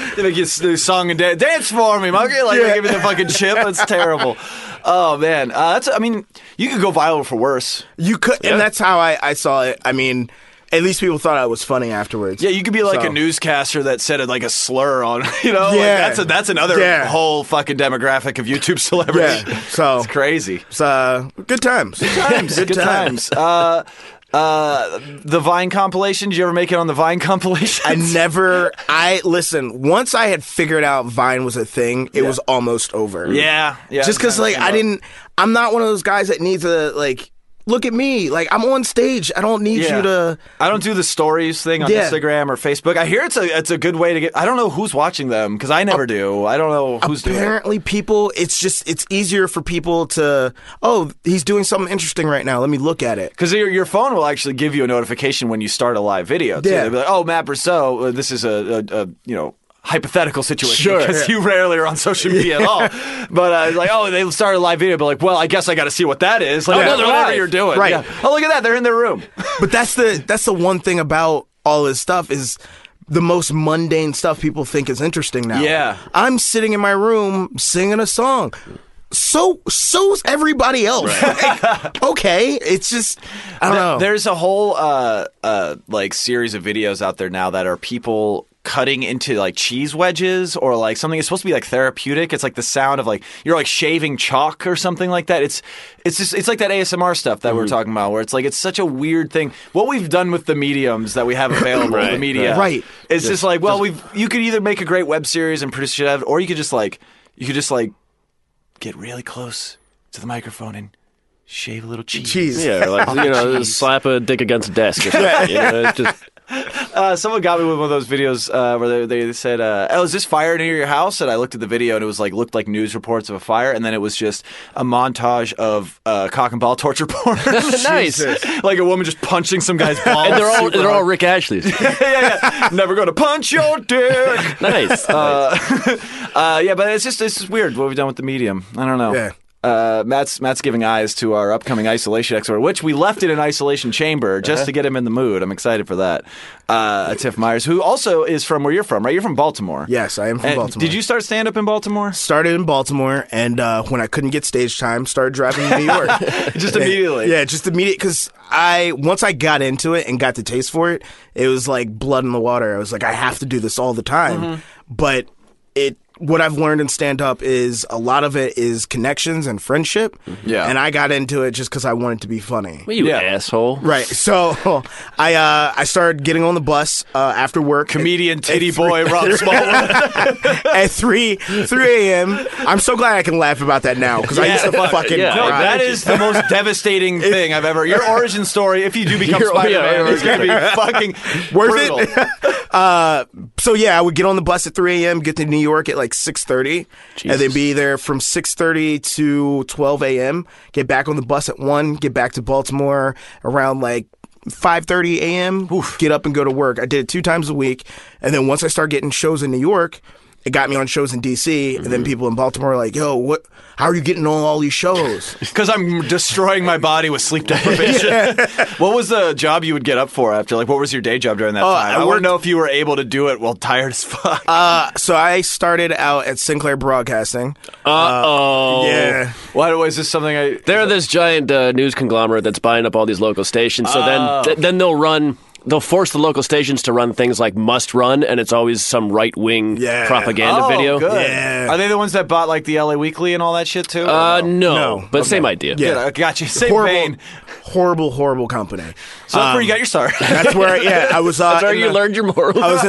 chip. they make you s- do song and dance. Dance for me, monkey. Like, they
Yeah.
give me the fucking chip. That's terrible. Oh man, uh, that's. I mean, you could go viral for worse.
you could, and that's how I I saw it. I mean, at least people thought I was funny afterwards.
Yeah, you could be like
So-
a newscaster that said it like a slur on. You know, like,
Yeah.
that's a, that's another
Yeah.
whole fucking demographic of YouTube celebrities.
Yeah, so
It's crazy.
it's uh, good times. Good times.
Good times. Uh, uh, the Vine compilation. Did you ever make it on the Vine compilation?
I never. I listen. Once I had figured out Vine was a thing, it was almost over.
yeah, yeah.
Just because, like, I didn't. I'm not one of those guys that needs a like. Look at me. Like, I'm on stage. I don't need
Yeah.
you to.
I don't do the stories thing on
Yeah.
Instagram or Facebook. I hear it's a it's a good way to get. I don't know who's watching them because I never do. I don't know who's doing. it.
Apparently, people. It's just. It's easier for people to. Oh, he's doing something interesting right now. Let me look at it.
Because your, your phone will actually give you a notification when you start a live video. Too.
Yeah.
They'll be like, "Oh, Matt Brousseau, uh, this is a, a, a you know hypothetical situation
Sure.
because you rarely are on social media at all." But uh, it's like, oh, they started a live video, but like, well, I guess I got to see what that is. Like,
Oh, no,
yeah,
they're
whatever
live.
you're doing,
Right.
Yeah. Oh, look at that, they're in their room.
But that's the that's the one thing about all this stuff is the most mundane stuff people think is interesting now.
Yeah.
I'm sitting in my room singing a song. So so's everybody else. Like, okay, it's just I don't know.
There's a whole uh, uh, like series of videos out there now that are people cutting into like cheese wedges or like something. It's supposed to be like therapeutic. It's like the sound of like you're like shaving chalk or something like that. It's it's just it's like that ASMR stuff that we
Mm-hmm.
we're talking about, where it's like it's such a weird thing. What we've done with the mediums that we have available, the
Right,
media,
right.
It's just like well, we've you could either make a great web series and produce shit out of it, or you could just like you could just like get really close to the microphone and shave a little cheese.
Jeez. Oh,
Yeah, like you know, slap a dick against a desk. Or something, you know, it's just,
Uh, someone got me with one of those videos uh, where they, they said, uh, "Oh, is this fire near your house?" And I looked at the video, and it was like looked like news reports of a fire, and then it was just a montage of uh, cock and ball torture porn.
Nice.
like a woman just punching some guy's
Oh,
balls.
and they're all
super
they're all
hard.
Rick Ashley's.
yeah, yeah, yeah. Never gonna punch your dick.
Nice. Um,
Uh, uh, yeah, but it's just it's just weird what we've done with the medium. I don't know.
Yeah.
Uh, Matt's Matt's giving eyes to our upcoming isolation expert, which we left in an isolation chamber just
Uh-huh.
to get him in the mood. I'm excited for that. Uh, Tiff Myers, who also is from where you're from, right? You're from Baltimore.
Yes, I am from
And
Baltimore.
Did you start stand up in Baltimore?
started in Baltimore and uh, when I couldn't get stage time, started driving to New York.
Just immediately.
Yeah, just immediate because I once I got into it and got the taste for
Mm-hmm.
it, it was like blood in the water. I was like, I have to do this all the time, but it what I've learned in stand up is a lot of it is connections and friendship.
Mm-hmm. Yeah.
And I got into it just because I wanted to be funny.
Well, you
Yeah.
asshole.
Right. So I uh, I started getting on the bus uh, after work.
Comedian titty boy Rob Smallwood.
at three three a.m. I'm so glad I can laugh about that now because I used to
fuck,
fucking
yeah.
No,
cry.
that is the most devastating thing I've ever. Your origin story, if you do become
Your- yeah,
Spider Man,
right,
is going to be fucking
Worth
brutal.
it. uh, so yeah, I would get on the bus at 3 a.m., get to New York at like 6:30, and then be there from 6:30 to 12 a.m. Get back on the bus at one, get back to Baltimore around like 5:30 a.m. Get up and go to work. I did it two times a week, and then once I start getting shows in New York. It got me on shows in DC, and
Mm-hmm.
then people in Baltimore are like, "Yo, what? How are you getting on all these shows?"
Because I'm destroying my body with sleep deprivation. What was the job you would get up for after? Like, what was your day job during that time?
Oh, I
I, want
worked-
to know if you were able to do it while tired as fuck.
Uh, so I started out at Sinclair Broadcasting.
Uh oh.
Yeah,
Why do- is this something I?
They're this giant uh, news conglomerate that's buying up all these local stations. So
Oh.
then, th- then they'll run. They'll force the local stations to run things like "Must Run," and it's always some right wing
Yeah.
propaganda
Oh,
video.
good.
Yeah.
Are they the ones that bought like the LA Weekly and all that shit too?
Uh, no,
no.
No.
but same idea.
Yeah.
Good, I got you. Same
horrible,
vein.
horrible, horrible company.
So that's where you got your start.
That's where, yeah, I was. Uh,
That's where
in
you
the-
learned your morals.
I was in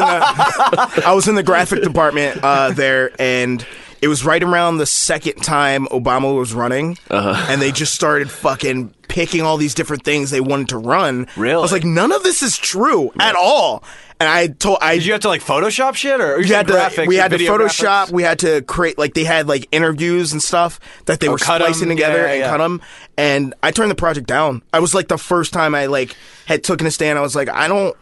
the, I was in the graphic department uh, there, and it was right around the second time Obama was running,
Uh-huh.
and they just started fucking picking all these different things they wanted to run. I
Really?
was like, none of this is true at all. And I told, I
Did you have to like Photoshop shit or you
we had to,
graphics?
we
and
had to
video
Photoshop.
graphics?
We had to create like they had like interviews and stuff that
Oh,
they were
cut 'em.
splicing together
Yeah,
and
yeah.
cut them. And I turned the project down. I was like the first time I like had taken a stand. I was like, I don't.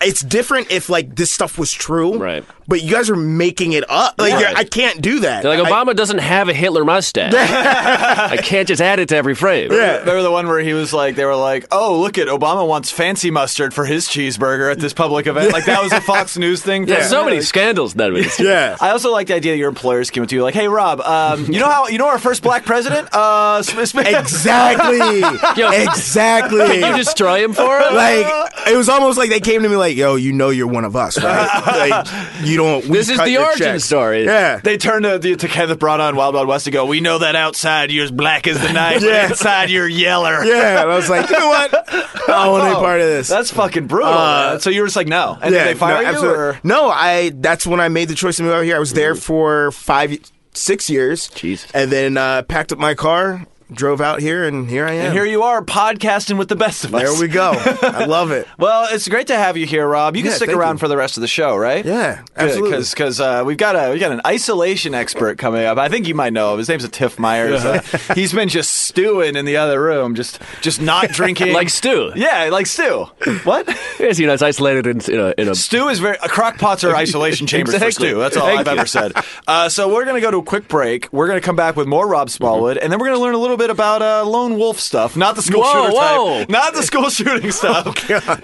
It's different if like this stuff was true,
Right.
But you guys are making it up. Like
Yeah.
you're- I can't do that.
They're like
I-
Obama doesn't have a Hitler mustache. I can't just add it to every phrase.
They were the one where he was like, they were like, oh, look at Obama wants fancy mustard for his cheeseburger at this public event. Like that was a Fox News thing. for
There's so many
Like,
scandals nowadays.
yeah.
I also like the idea that your employers came up to you like, "Hey, Rob, um, you know how you know our first black president? Uh, Smith Smith-
Exactly.
Yo.
exactly.
You destroy him for it.
like it was almost like they came to me like, "Yo, you know you're one of us, right? like you don't." we
This is
cut
the
your
origin
checks.
story.
Yeah.
They turned to, the- to Kenneth Branagh on Wild Wild West to go, we know that outside you're as black as the night,
Yeah.
but inside you're yeller. Oh,
Yeah, and I was like, you know what? I don't want any part of this. Uh,
That's fucking brutal. man. So you were just like, no. And
yeah,
did they fire
no,
you?
absolutely.
Or?
No, I. That's when I made the choice to move out here. I was there for five, six years.
Jeez.
And then uh, packed up my car, drove out here, and here I am.
And here you are podcasting with the best of us.
there we go. I love it.
Well, it's great to have you here, Rob. You can
Yeah,
stick
thank
around
you.
for the rest of the show, right?
Yeah, absolutely.
Because uh, we've got a we got an isolation expert coming up. I think you might know him. His name's Tiff Myers.
Uh-huh.
Uh, he's been just stewing in the other room, just just not drinking.
Like Stu.
Yeah, like Stew. What?
Yes, you know, it's isolated in, in a. In a
Stew is very uh, crock pots are isolation chambers for
Exactly.
stew. That's all
Thank
I've ever said. Uh, so we're gonna go to a quick break. We're gonna come back with more Rob Smallwood, and then we're gonna learn a little bit about uh, lone wolf stuff. Not the school
Whoa,
shooter
whoa.
type. Not the school shooting stuff.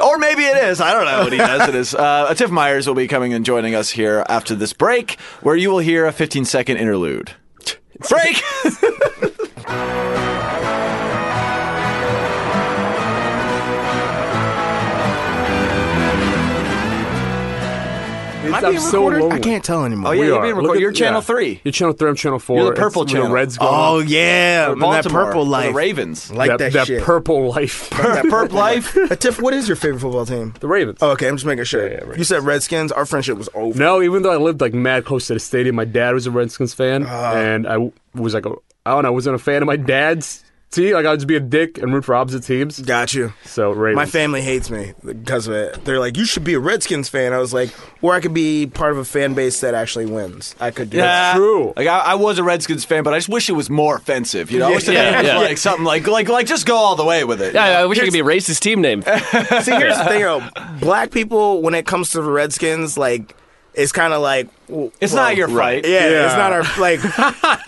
or maybe it is. I don't know what he does. It is. Uh, Tiff Myers will be coming and joining us here after this break, where you will hear a 15 second interlude. Break.
It's,
being recorded?
lonely.
I can't tell anymore.
Oh, yeah,
We
you're
are.
being
Look
recorded.
at-
You're channel three.
You're channel three. I'm channel four.
You're the purple
It's, you know,
channel.
Red's going.
Oh
on.
yeah, and that
Baltimore,
purple
the
life.
Ravens.
Like that,
that,
shit.
purple life.
Perp life.
Uh, Tiff, what is your favorite football team?
the Ravens.
Oh, okay, I'm just making sure.
Yeah, yeah, Ravens.
you said Redskins. Our friendship was over.
No, even though I lived like mad close to the stadium, my dad was a Redskins fan, and I w- was like, a, I don't know, I wasn't a fan of my dad's team. Like I would just be a dick and root for opposite teams.
Got you.
So Ravens.
My family hates me because of it. They're like, you should be a Redskins fan. I was like, or I could be part of a fan base that actually wins. I could do that.
Yeah.
true.
Like I, I was a Redskins fan, but I just wish it was more offensive. You know, I wish the
Yeah,
name was
yeah.
like something like like like just go all the way with it.
yeah, I wish it could be a racist team name.
See, here's the thing, though. Black people, when it comes to the Redskins, like, it's kind of like. w-
It's
well,
not your fight.
Yeah,
Yeah.
it's not our. Like,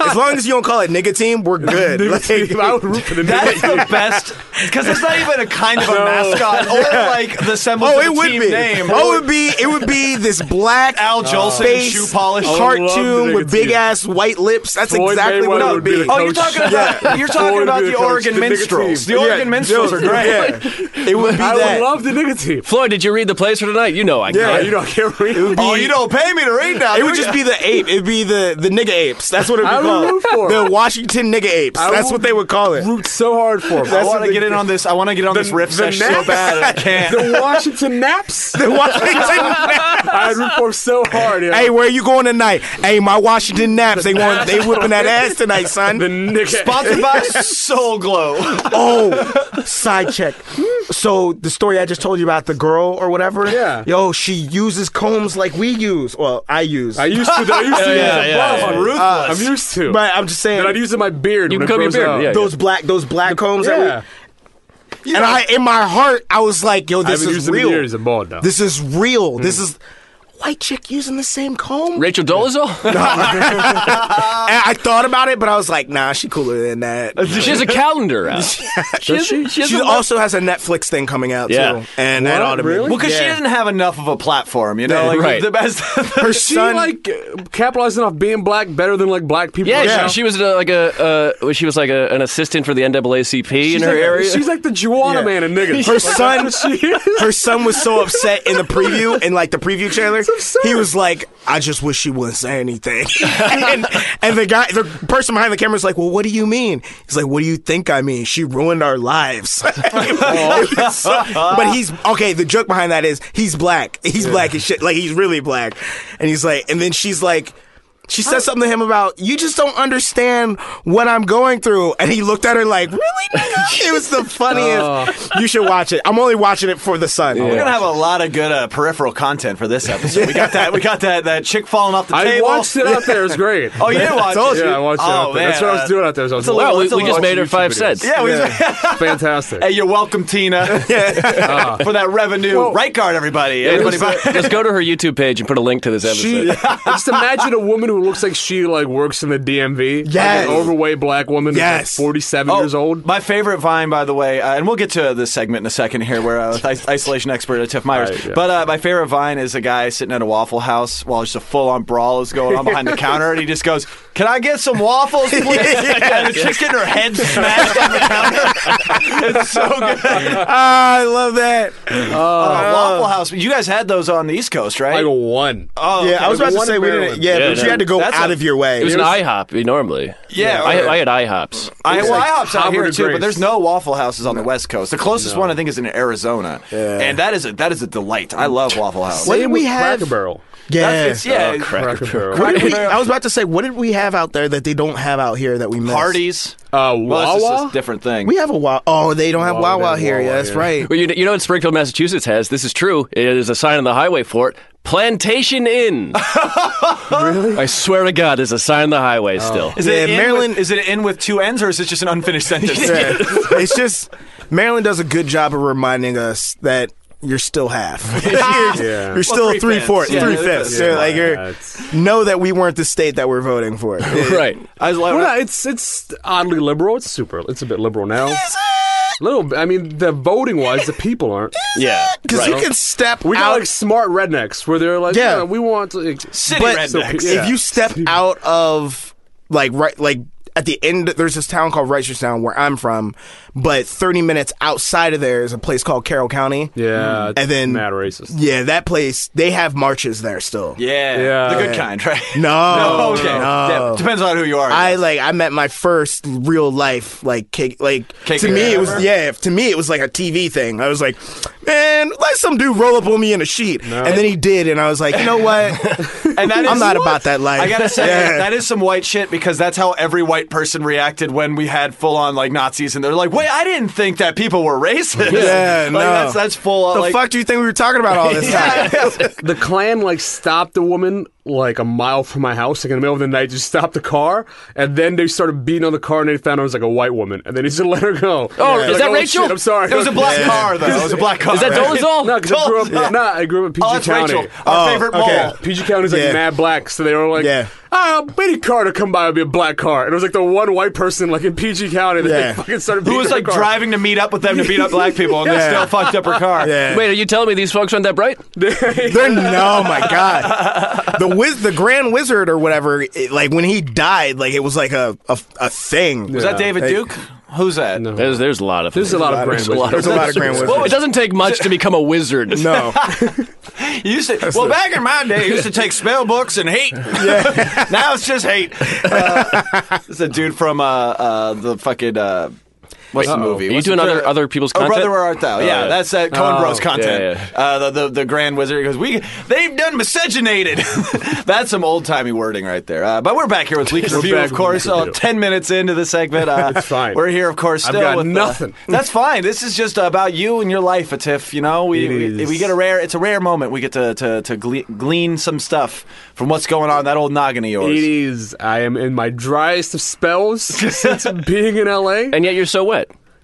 as long as you don't call it nigga team, we're good.
Dude, I
Like,
would root for the
That's the best because it's not even a kind of a mascot or like the semblance
oh,
of
it
a
would
team
be.
name.
Oh, it would be. It would be this black
Al Jolson and
face,
shoe polish.
I would love the
cartoon
nigga
with big
team.
ass white lips. That's
Floyd
exactly what
Mayweather
it
would
would
be
be.
the
Oh, you're
coach.
talking about you're talking
Florida
about
be
the
the coach,
Oregon
the biggest
Minstrels. The
team.
Oregon
Yeah,
Minstrels are
yeah.
great.
It would be
I
that.
would love the nigga team.
Floyd, did you read the plays for tonight? You know I
Yeah,
can't.
you know I can't read.
It would be-
Oh, you don't pay me to read now.
it would just be the ape. It'd be the the nigga apes. That's what it'd be
I would
called.
root for
the
it.
Washington nigga apes.
I
That's
would
what they would call it.
root so hard for him.
I want to get in on this. I want to get on this riff
the
session so
next-
bad. I can't.
the Washington Naps.
The Washington.
I root for him so hard. You know?
hey, where you going tonight? Hey, my Washington naps. They want they whipping that ass tonight, son.
the Nick.
Sponsored by Soul Glow.
Oh, side check. So the story I just told you about the girl or whatever.
Yeah.
Yo, she uses combs like we use. Well, I use.
I used to. I used to.
Yeah,
use
yeah,
a
yeah,
bra.
yeah.
I'm used to.
but I'm just saying.
But I'd use it in my beard.
You
when
can comb
it
your
grows
beard,
out.
yeah.
those black those black combs. that we-
Yeah.
and I in my heart I was like, yo,
I
this
haven't
is
used them
real.
in years. I'm bald now.
This is
Mm.
real. This is white chick using the same comb.
Rachel Dolezal?
And I thought about it, but I was like, nah, she cooler than that.
she has a calendar out. she, has, she? has
She
a-
also has a Netflix thing coming out
Yeah.
too, and that ought to be
Really?
Well, because she
Yeah.
didn't have enough of a platform, you know.
Yeah,
like,
right.
The best.
her
she
son.
like uh, capitalizing off being black better than like black people.
Yeah,
right
She,
now?
she was uh, like a uh, she was like a, an assistant for the NAACP in
She's
her
like,
area.
She's like the Juana
Yeah.
man of niggas.
Her son-
she is.
her son was so upset in the preview, in like the preview trailer.
absurd.
He was like, "I just wish she wouldn't say anything." and, and the guy, the person behind the camera, is like, "Well, what do you mean?" He's like, "What do you think I mean? She ruined our lives." It was so- but he's okay. The joke behind that is he's black. He's black as shit. Like he's really black. And he's like, and then she's like. She said something to him about you just don't understand what I'm going through, and he looked at her like, "Really?" nigga?" it was the funniest. You should watch it. I'm only watching it for the sun.
We're gonna have a lot of good uh, peripheral content for this episode. We got that. We got that. That chick falling off the
I
table.
watched it out there. It was great.
Oh, you did watch
Told
it.
you.
Yeah, I watched it.
Oh,
out there. That's
man,
what I
uh,
was doing out there. I was
a
watching
Wow, we,
That's
we just
little-
made her
YouTube
five
videos.
cents.
Yeah, we
fantastic.
Hey, you're welcome, Tina, for that revenue.
Well-
right guard, everybody.
Yeah,
Everybody,
just, just go to her YouTube page and put a link to this episode.
She, just imagine a woman who looks like she like works in the DMV. like
Yes.
an overweight black woman. who's, like,
Yes.
forty-seven years old.
Oh, My favorite Vine, by the way, uh, and we'll get to this segment in a second here, where uh, with is- isolation expert uh, Tiff Myers.
Right, yeah.
But uh, my favorite Vine is a guy sitting at a Waffle House while just a full-on brawl is going on behind the counter, and he just goes, "Can I get some waffles, please?" And the chick's getting her head smashed on the counter. it's so good.
Ah, I love that.
Oh.
Uh, Waffle House. You guys had those on the East Coast, right?
Like a one.
oh,
yeah,
okay.
I was about to
one
say
in
we didn't.
Maryland.
Yeah,
Yeah,
but
no,
you had to go
that's
out
a-
of your way.
It was an IHOP eh, normally.
Yeah,
I,
right.
I had IHOPs.
I, well, IHOP's out
Howard
here
and
too, but
Grace.
there's no Waffle Houses on the West Coast. The closest one I think is in Arizona, and that is a that is a delight. I love Waffle House.
What did
Same
we
with
have?
Cracker Barrel.
yeah.
That's- it's- yeah,
Oh, crap.
Cracker Barrel.
What did we- I was about to say, what did we have out there that they don't have out here that we missed?
parties.
Uh,
Well, that's just
Wawa.
a different thing.
We have a Wawa. Oh, they don't have
Wawa,
Wawa,
they have
here. yeah,
Wawa,
that's
yeah.
right.
Well, you, you know what Springfield, Massachusetts has? This is true. It is a sign on the highway for it. Plantation Inn. really? I swear to God, there's a sign on the highway still.
Oh. Is
Yeah,
it in
Maryland-
With, is it in with two ends or is it just an unfinished sentence?
Yeah. it's just Maryland does a good job of reminding us that you're still half. you're,
Yeah.
you're still
three
three fourths,
fifths. Yeah,
three fifths.
yeah,
Yeah, like
yeah,
you're
it's-
know that we weren't the state that we're voting for.
Right.
I was like,
Well, no, it's it's oddly liberal. It's super. It's a bit liberal now. Little. bit. I mean, the voting wise, the people aren't.
Yeah.
Because you can step
We got
out.
like smart rednecks where they're like,
Yeah.
yeah, we want to, like,
city
but
rednecks.
so- yeah.
if you step out of like right like at the end there's this town called Reisterstown where I'm from, but 30 minutes outside of there is a place called Carroll County. Mm.
yeah, it's
And then-
mad racist.
Yeah, that place they have marches there still.
yeah,
Yeah.
the good
Yeah.
kind, right?
No,
okay.
no.
Yeah, depends on who you are.
I like I met my first real life like cake like
Cake
to me it was
grabber?
yeah to me it was like a TV thing. I was like, man, let some dude roll up on me in a sheet, and then he did, and I was like, you know what?
and that
I'm
is-
not about that life.
I gotta say
Yeah.
that is some white shit because that's how every white person reacted when we had full on like Nazis and they're like, wait, I didn't think that people were racist.
Yeah,
like,
no.
that's that's full.
the
like,
fuck do you think we were talking about all this time?
The Klan like stopped a woman like a mile from my house, like in the middle of the night, just stopped the car, and then they started beating on the car, and they found out it was like a white woman, and they just let her go.
Oh, is
They're like,
that
"Oh,
Rachel?
shit, I'm sorry,
It was a black
Yeah.
car though. It was a black car.
Is that
right?
Dolezal?
No, because I grew up.
Yeah.
Nah, I grew up in PG
Oh, that's
County.
Rachel, our
Oh,
favorite
okay.
mole.
PG County's like
Yeah.
mad black, so they were like,
Yeah.
"Ah, any car to come by would be a black car," and it was like the one white person like in PG County that
Yeah.
like, fucking started
Who
beating
was
their
like
car.
driving to meet up with them to beat up black people and they still
Yeah.
fucked up her car.
Yeah.
Wait, are you telling me these folks aren't that bright?
They're no, my god. The wiz, the Grand Wizard or whatever, it- like when he died, like it was like a a, a thing.
Was that David Duke? Who's that?
No.
There's, there's a lot of
There's a lot of grand
there's a lot
wizards.
There's a lot of grand
Well, it
wizards.
doesn't take much to become a wizard.
No,
You used to, well, back in my day, you used to take spell books and hate. now it's just hate. Uh, it's a dude from uh, uh, the fucking. Uh, What's the movie?
Are you
What's
doing
the-
other- other people's
Oh,
content?
brother, where art thou?
Oh,
yeah,
yeah.
that's that Cohen Bros content.
Yeah,
Uh, the, the the Grand Wizard goes, we they've done miscegenated. that's some old timey wording right there. Uh, but we're back here with Leaked
We're
Review,
back
of
with
course.
Leaked
Uh,
Review.
Ten minutes into the segment, uh,
It's fine.
We're here, of course.
I've
Still
got
with, uh,
nothing.
that's fine. This is just about you and your life, Atif. You know, we,
It
we
is.
we get a rare. It's a rare moment we get to to, to gle- glean some stuff from what's going on in that old noggin of yours.
It is. I am in my driest of spells since being in LA.
And yet you're so wet.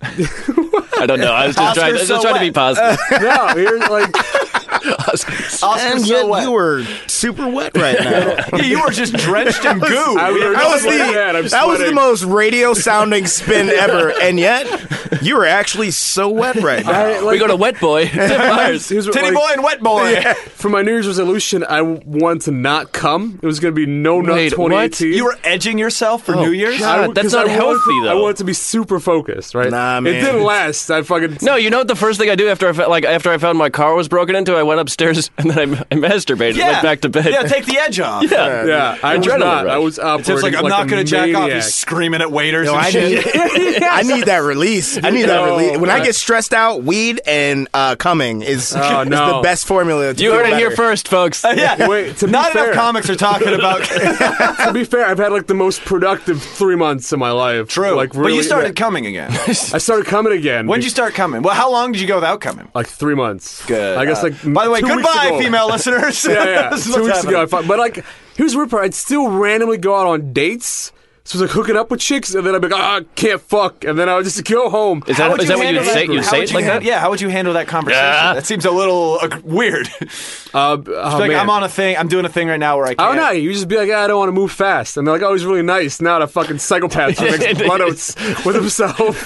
I don't know. I was just,
Oscar's
trying, I was just
so
trying to be
wet.
positive.
no, here, like
Oscar,
and
so
yet
what?
you were super wet right now.
Yeah, you were just drenched in goo.
I was-
That was the
Look at that,
that
I'm
was the
sweating.
most radio sounding spin ever, and yet you were actually so wet right now.
I, like
We go to Wet Boy.
here's- here's what,
Titty
like,
boy and wet boy.
For my New Year's resolution, I w- wanted to not come. It was going to be no nut
Wait, what?
2018.
You were edging yourself
Oh,
for New Year's.
God.
w-
that's
'cause
not
I wanted
healthy,
to- I
though.
wanted to be super focused, right?
Nah,
It
man.
didn't last. I fucking
No, you know what the first thing I do after I fo- like after I found my car was broken into, I went upstairs and then I, m- I masturbated
Yeah.
and went back to bed.
Yeah, take the edge off.
Yeah.
Yeah, I was
Adrenaline
not.
rush.
I
It's
was
just
operating
like I'm
like
not
a
gonna jack off.
maniac.
He's screaming at waiters
No,
and
I
shit.
need, I need that release. I need that
No.
release. When I get stressed out, weed and uh, coming is,
Oh,
is
no.
the best formula. To
You
feel
heard it here
better.
first, folks.
yeah.
Wait, to be
Not enough
fair-
comics are talking about.
to be fair, I've had like the most productive three months of my life.
True.
Like,
but
really,
you started coming again.
I started coming again.
When did you start coming? Well, how long did you go without coming?
Like three months.
Good.
I guess
Uh,
like.
by the way,
two weeks
goodbye,
ago.
female listeners.
Yeah, yeah.
This is
two
what's
weeks ago, I
happening.
fought, but like, here's the weird part: I'd still randomly go out on dates. So I was like hooking up with chicks, and then I'd be like, ah, I can't fuck, and then I would just go home.
Is that-
How would
is that what
handle
you'd say? You'd
How
say
would
it
you
like
han-
that?
Yeah. How would you handle that conversation?
Yeah.
That seems a little uh, weird.
Uh, b- oh,
like
man.
I'm on a thing. I'm doing a thing right now where I
I
can't.
don't know. Oh, You just be like, ah, I don't want to move fast, and they're like, oh, he's really nice. Not a fucking psychopath who makes blood oats with himself.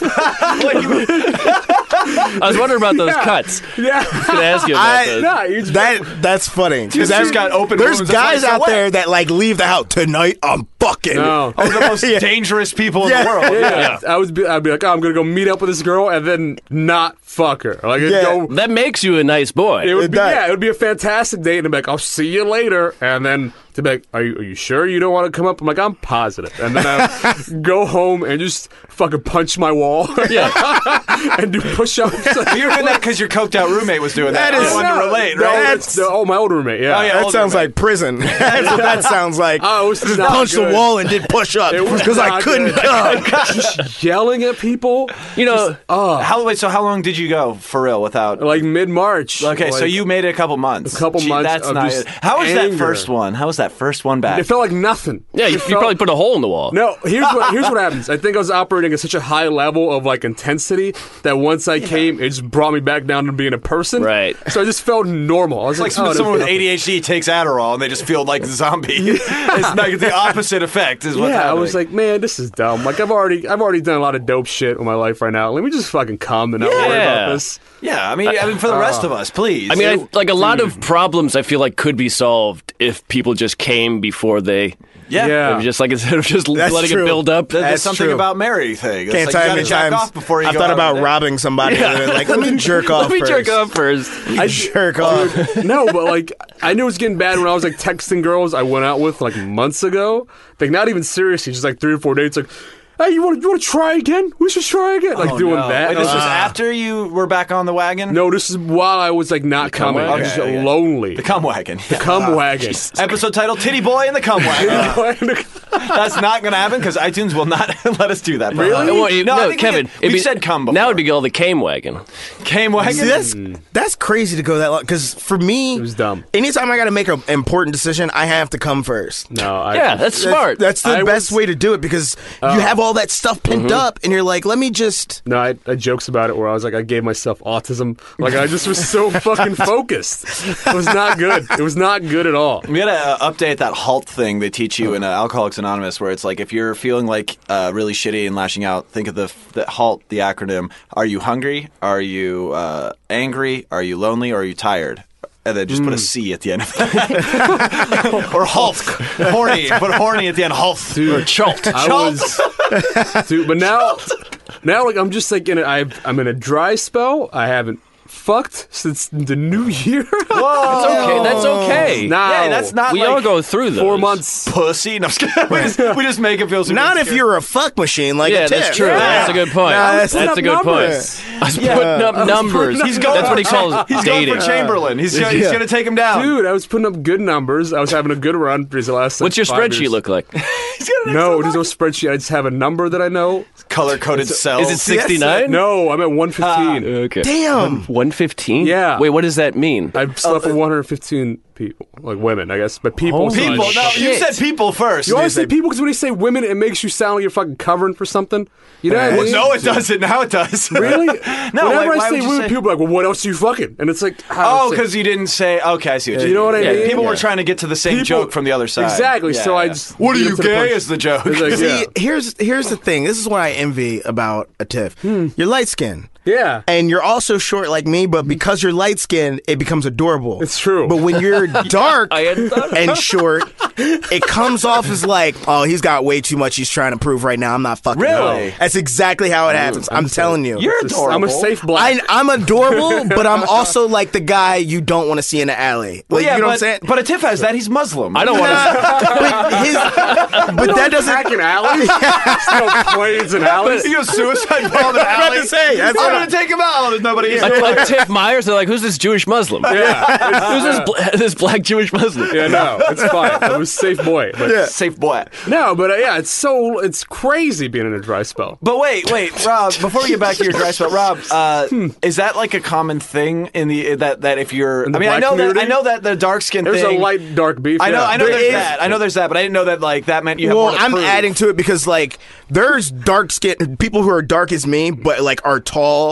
I was wondering about those
Yeah.
cuts.
yeah.
I was gonna ask you about
I-
those.
Nah, you just
That that's funny.
Dude, she's got open
There's
wounds. That's why it's
guys
so
out
wet.
there that like leave the house tonight. I'm fucking.
No.
Oh, the most
Yeah.
dangerous people in
Yeah.
the world.
Yeah. I would be, I'd be like, oh, I'm gonna go meet up with this girl and then not fuck her. Like, it'd
Yeah.
go,
That makes you a nice boy.
it would
It
be,
does.
yeah, it would be a fantastic date, and I'd be like, I'll see you later, and then to be like, are you, are you sure you don't want to come up? I'm like, I'm positive, and then I would go home and just fucking punch my wall, yeah, and do push-ups.
You were doing that because your coked out roommate was doing that.
That is-
I wanted to relate,
No,
right?
it's the- oh, my old roommate, yeah.
Oh, yeah.
That
older
sounds
man.
like prison. That's what that sounds like.
Oh, it was
just
not
punched
good.
the wall and did push up
It was
because I
not
couldn't
good.
come.
Just yelling at people,
you know,
How wait? So how long did you go for real without?
like mid-March.
okay, so
Like,
you made it a couple months. A
couple months
That's
of
not.
just
How was that
anger.
first one? How was that first one back?
it felt like nothing.
yeah, you, you
It felt-
probably put a hole in the wall.
No, here's what here's what happens. I think I was operating at such a high level of like intensity that once I came, it just brought me back down to being a person.
Right.
So I just felt normal. I was
like
like, oh,
someone with
that's-
ADHD takes Adderall and they just feel like a zombie. it's like the opposite effect is
Yeah,
what's happening.
I was like, man, this is dumb. Like I've already I've already done a lot of dope shit with my life right now. Let me just fucking come and not worry
Yeah.
about this.
yeah. I mean, I mean, for the rest of us, please.
I mean, I, like a lot of problems, I feel like could be solved if people just came before they.
yeah.
Yeah.
If Just like instead of just
That's
letting
true.
it build up.
There's
That's
something
true.
about Mary thing. It's
Can't
like,
tell
you
how
gotta
many
jack
times
off before you
I've
go
thought
out on
about
a date.
robbing somebody. and then, like, let me jerk off.
Let me jerk
first.
off first.
I jerk off.
no, but like I knew it was getting bad when I was like texting girls I went out with like months ago. Like not even seriously, just like three or four dates. Like, hey, you want you want to try again? We should try again. Like
Oh,
doing
no.
that.
Wait,
And I
this
was
was
like,
after you were back on the wagon.
No, this is while I was like not coming. I
wagon.
was just
Okay, okay.
lonely.
the cum wagon. Yeah.
cum wagon.
Episode title: Titty Boy and the Cum Wagon. That's not going to happen because iTunes will not let us do that.
Uh, well, you-
No,
no,
I think we
Kevin.
did-
it'd
we
be-
said cum
Now
before.
it'd be all the came wagon.
Came
See,
wagon.
that's that's crazy to go that long. Because for me, it
was dumb.
Anytime I got to make an important decision, I have to come first.
no, I,
Yeah, that's smart.
That's the
I
best
was-
way to do it because you have all that stuff pinned up, and you're like, let me just.
no. I, I jokes about it where I was like, I gave myself autism. Like I just was so fucking focused. It was not good. It was not good at all.
We gotta uh, update that halt thing they teach you in uh, Alcoholics Anonymous, where it's like if you're feeling like uh, really shitty and lashing out, think of the, the halt, the acronym. Are you hungry? Are you uh, angry? Are you lonely? Are you tired? And then just put a C at the end of that. or halt, horny. Put horny at the end. Halt.
Dude,
Chult.
I was. Dude, but now now like I'm just thinking I I'm in a dry spell. I haven't fucked since the new year.
That's
Oh.
okay. That's okay.
now
Yeah, that's not
we
like
all go through those.
four months.
pussy. No, I'm just kidding. we, just, we just make him feel super
Not if
insecure.
you're a fuck machine like
Yeah,
a tip.
that's true. That's a good point.
Nah,
that's
that's-
a good
numbers.
point. I was putting up numbers.
He's going
that's
for
what he calls
He's
dating.
going for Chamberlain. He's, gonna- he's
Yeah.
going to take him down.
Dude, I was putting up good numbers. I was having a good run for the last. like,
What's your
five
spreadsheet
years.
look like?
He's gonna
No, there's no spreadsheet. I just have a number that I know.
color coded cells.
Is it 69?
No, I'm at 115.
Okay.
Damn.
115?
Yeah.
Wait, what does that mean?
I've slept with 115 people, like women, I guess, but people. so I-
people. No, you
Shit.
said people first.
You always say people because when you say women, it makes you sound like you're fucking covering for something. You know?
Well,
what I mean?
no, it doesn't. Now it does.
Really?
no.
Whenever
like, why
I say
would you
women, people are like, "Well, what else are you fucking?" And it's like, how
Oh,
it's like-
because you didn't say. Okay, I see what you,
You know what I
yeah,
mean?
People were
Yeah.
trying to get to the same
People-
joke from the other side.
Exactly,
Yeah,
so I
yeah.
just
What are
beat
you
him to the
gay?
punch.
Is the joke?
It's like,
See,
yeah.
here's here's the thing. This is what I envy about a Tiff. You're light skinned.
Yeah.
And you're also short like me, but because you're light skinned, it becomes adorable.
It's true.
But when you're dark
I had thought of-
and short, it comes off as like, oh, he's got way too much he's trying to prove right now. I'm not fucking with
Really?
him." That's exactly how it happens. I'm, telling you.
You're adorable.
I'm a safe black.
I, I'm adorable, but I'm also like the guy you don't want to see in the alley. Like,
Well, yeah,
you know
but,
what I'm saying?
But Atif has that. He's Muslim.
I don't want to.
but his, but that doesn't.
Hacking alleys, no planes and alleys.
You know, suicide bomb in
I'm about
alley.
to say,
I'm
that's what
going to take him out. There's nobody here.
Like, like Tiff Myers, they're like, who's this Jewish Muslim?
Yeah,
Who's this, bla- this black Jewish Muslim?
yeah, no, it's fine. I'm a safe boy. But
Safe boy.
No, but uh, yeah, it's so it's crazy being in a dry spell.
But wait, wait, Rob. Before we get back to your dry spell, Rob, uh,
Hmm.
is that like a common thing in the that that if you're?
the
I mean, I
black
know that I
community?
know that the dark skin.
There's
thing,
a light dark beef.
I know,
yeah.
I know.
There
There's
is-
that. I know there's that, but I didn't know that like that meant you. Have
Well,
more to
I'm
prove.
adding to it because like there's dark skin people who are dark as me, but like are tall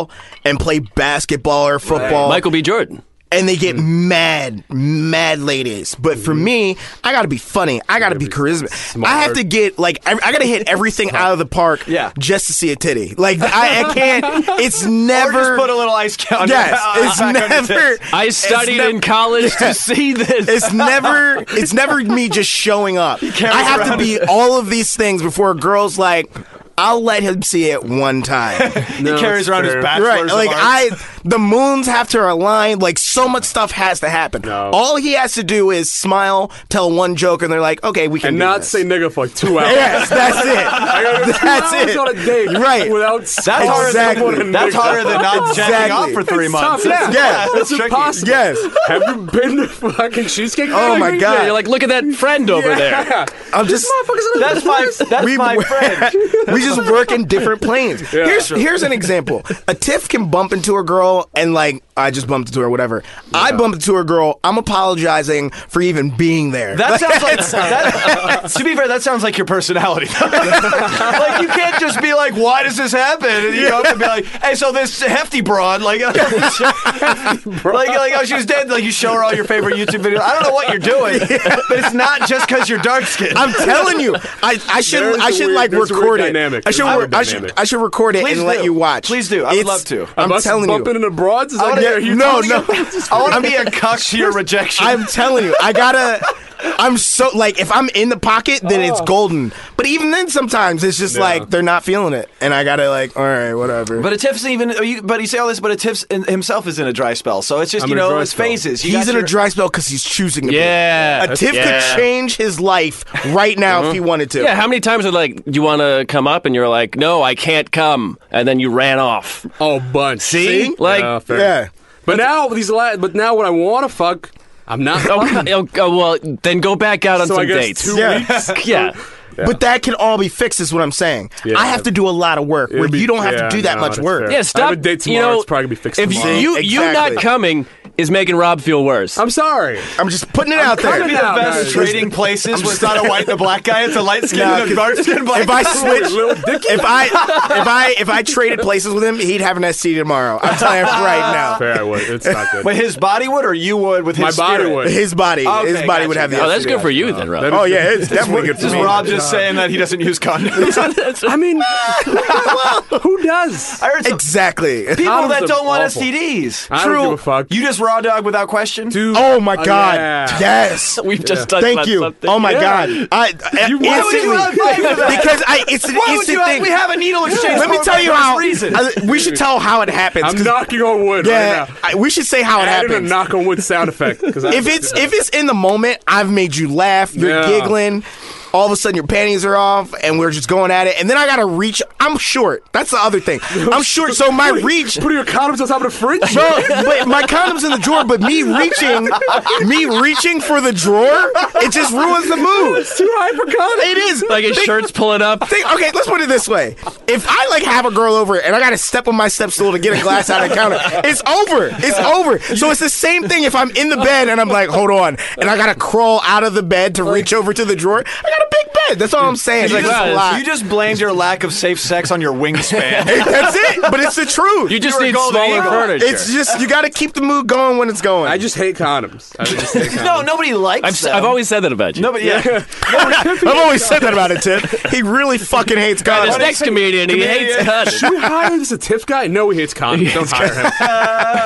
and play basketball or football,
Michael B. Jordan.
and they get
Hmm.
mad, mad ladies. But for me, I gotta be funny. I gotta be charismatic. I have to get like I, I gotta hit everything out of the park,
Yeah.
just to see a titty. Like I, I can't. It's
Or
never.
just put a little ice cube.
yes,
back on your
it's never.
tits.
I
it's
studied
never-
in college to see this.
It's never it's never me just showing up. I have to be all of these things before a girl's like, I'll let him see it one time.
No,
he carries
it's
around his
fair.
bachelor's
right. Like
of
I the moons have to align, like so much stuff has to happen.
No.
All he has to do is smile, tell one joke, and they're like, Okay, we can
and
do
not
this.
say nigga for like two hours.
Yes, that's
I gotta go
it.
two
that's
hours
it.
on a date
Right.
Without
That's harder,
Exactly.
than, that's harder than not jacking off
Exactly.
for three
It's
months.
tough. Yeah.
Yeah.
it's
It's impossible.
Yes.
Have you been to fucking cheesecake?
Oh my
Factory?
God.
Yeah, you're like, look at that friend over there.
Yeah.
I'm just
Motherfuckers in the-
That's my that's
We-
my friend.
we just work in different planes.
Yeah.
here's here's an example. A Tiff can bump into a girl and like I just bumped into her, whatever. I bumped into a girl. I'm apologizing for even being there.
That sounds like that, to be fair. That sounds like your personality. like you can't just be like, "Why does this happen?" And you know, and be like, "Hey, so this hefty broad, like, like, like, oh, she was dead." Like you show her all your favorite YouTube videos. I don't know what you're doing, but it's not just because you're dark skinned
I'm telling you, I, I should
There's
I
a
should
weird-
like
there's a weird
record it.
dynamic.
I should
There's a
re-
weird
I should
dynamic.
I should record it
Please
and
do.
let you watch.
Please do. I would
It's-
love to.
I'm
Us
telling
bumping
you.
into broads is
I
like,
wanna-
yeah, you
No, no.
I want to be a cuck to your rejection.
I'm telling you, I gotta. I'm so like if I'm in the pocket, then it's golden. But even then, sometimes it's just like they're not feeling it, and I gotta like, all right, whatever.
but a tiff's even. You, but you say all this, but a tiff's in, himself is in a dry spell. So it's just
I'm
you
in a
know
dry
it's
spell.
phases. You
he's
got
in
your-
a dry spell because he's choosing to be.
Yeah.
A Tiff
Yeah.
could change his life right now
Uh-huh.
if he wanted to.
Yeah, how many times are like you want to come up and you're like, no, I can't come, and then you ran off.
Oh, bunch.
See? Like-
yeah, fair.
Yeah.
But now these la- but now when I want to fuck, I'm not.
Oh,
fucking.
oh, oh, well, then go back out on
so
some
I guess
dates.
two
Yeah.
weeks.
yeah,
But that can all be fixed, is what I'm saying.
Yeah.
I have to do a lot of work where
It'd be-
you don't have
yeah,
to do that
no,
much
that's
work.
fair.
yeah.
have
Stop.
a date
You
tomorrow,
know,
it's probably gonna be fixed
if
tomorrow.
you
See?
you not
Exactly.
coming is making Rob feel worse.
I'm sorry.
I'm just putting it out there.
coming
be the
out.
best
Nice.
trading places where it's not a white and a black guy, it's a light skinned
Nah,
and a
'cause
dark skinned black
If I
guy.
switch,
Little dicky.
if I if I if I traded places with him, he'd have an STD tomorrow. I'm telling you right now.
Fair, I would. It's not good.
But his body would or you would with
My
his
body
spirit?
would.
His body,
Okay,
his body would
gotcha,
have the.
oh,
gotcha.
STD.
that's good for you then, Rob.
That
Oh yeah, it's definitely good
This is
for me.
Rob just saying that he doesn't use condoms.
I mean, Who does?
I heard some
Exactly.
people
Condoms
that
are
don't want
awful.
STDs.
I don't
True.
give a fuck.
You just raw dog without question.
Dude,
Oh my
uh,
god.
yeah.
Yes.
We've just touched
Thank
on
you.
something.
Oh my
Yeah.
god. I, I
You- why would you
instantly-
not fight for that?
because I it's an
Why would
instant
you?
thing.
We have a needle exchange.
Let me
for
tell you
for
how.
Reason.
I- we should tell how it happens.
I'm
'cause-
knocking on wood
Yeah,
right now.
I- we should say how it
Added a
happens.
knock on wood sound effect. 'cause I-
if it's if it's in the moment, I've made you laugh. You're
Yeah.
giggling. All of a sudden, your panties are off, and we're just going at it. And then I gotta reach. I'm short. That's the other thing. I'm short, so my reach.
Put your condoms on top of the fridge.
Bro, but my condom's in the drawer, but me reaching, me reaching for the drawer, it just ruins the mood.
It's too high for condoms.
It is
Like his
Think-
shirt's pulling up.
Think, okay, let's put it this way: if I like have a girl over and I got to step on my step stool to get a glass out of the counter, it's over. It's over. So it's the same thing. If I'm in the bed and I'm like, hold on, and I got to crawl out of the bed to reach over to the drawer, I got a big bed. That's all I'm saying.
you,
Like,
just,
it's a lot.
you just blamed your lack of safe sex on your wingspan.
That's it. But it's the truth.
You just
You're a
need
golden
smaller
eagle.
furniture.
it's just you got to keep the mood going when it's going.
I just hate condoms. I just hate condoms.
no, nobody likes
I've, s-
them.
I've always said that about you.
No, but yeah.
I've always said that about it, Tip. He really fucking hates God.
this next comedian, he hates
Comedian.
condoms.
Should we hire this a TIFF guy? No, he hates condoms. Don't hire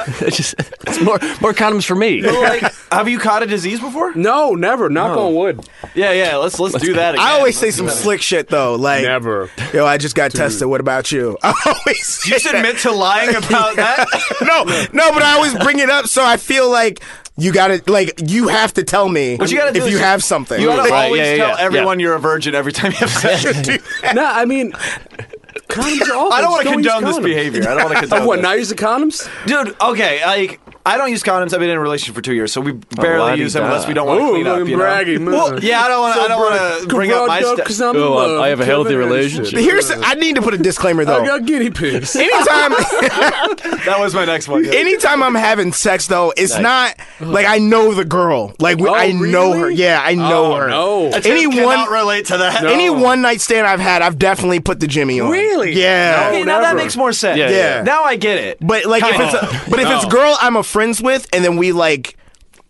him.
It's just- it's more more condoms for me.
like, have you caught a disease before?
No, never. Knock on wood.
Yeah, yeah. Let's let's do that. Again.
I always say some slick shit though, like
Never.
Yo, I just got tested. What about you? I always say
You should
that.
admit to lying about that.
no, no, but I always bring it up, so I feel like you got to like you have to tell me
What you gotta do
if
is
you
just-
have something.
You gotta
Right,
always
yeah, yeah,
tell
yeah.
everyone you're a virgin every time you have sex.
No, I mean, condoms are awful.
I don't want
Just
to
use
condone this
condoms.
behavior. I don't want to condone
Of what?
this.
Not using condoms?
Dude, okay, like I don't use condoms. I've been in a relationship for two years, so we barely use them
la-di-da.
unless we don't want to
Ooh, Mmm.
clean up.
I'm
You know?
bragging.
Well, yeah, I don't want. to. I don't want to bring up my stuff.
stuff.
Oh, I- I have a healthy relationship.
Here's I need to put a disclaimer
I
though.
got guinea pigs.
Anytime,
That was my next one. yeah.
anytime I'm having sex though, it's not like I know the girl. Like we
Oh,
I know
really?
her. Yeah, I know
Oh,
her.
no. I
Any
cannot
one,
relate to that.
No.
any one night stand I've had, I've definitely put the Jimmy on.
Really?
Yeah.
Okay, now that
never.
makes more sense.
Yeah,
yeah.
Now I get it.
But like if
Kinda.
it's a, but if it's girl I'm a friends with and then we like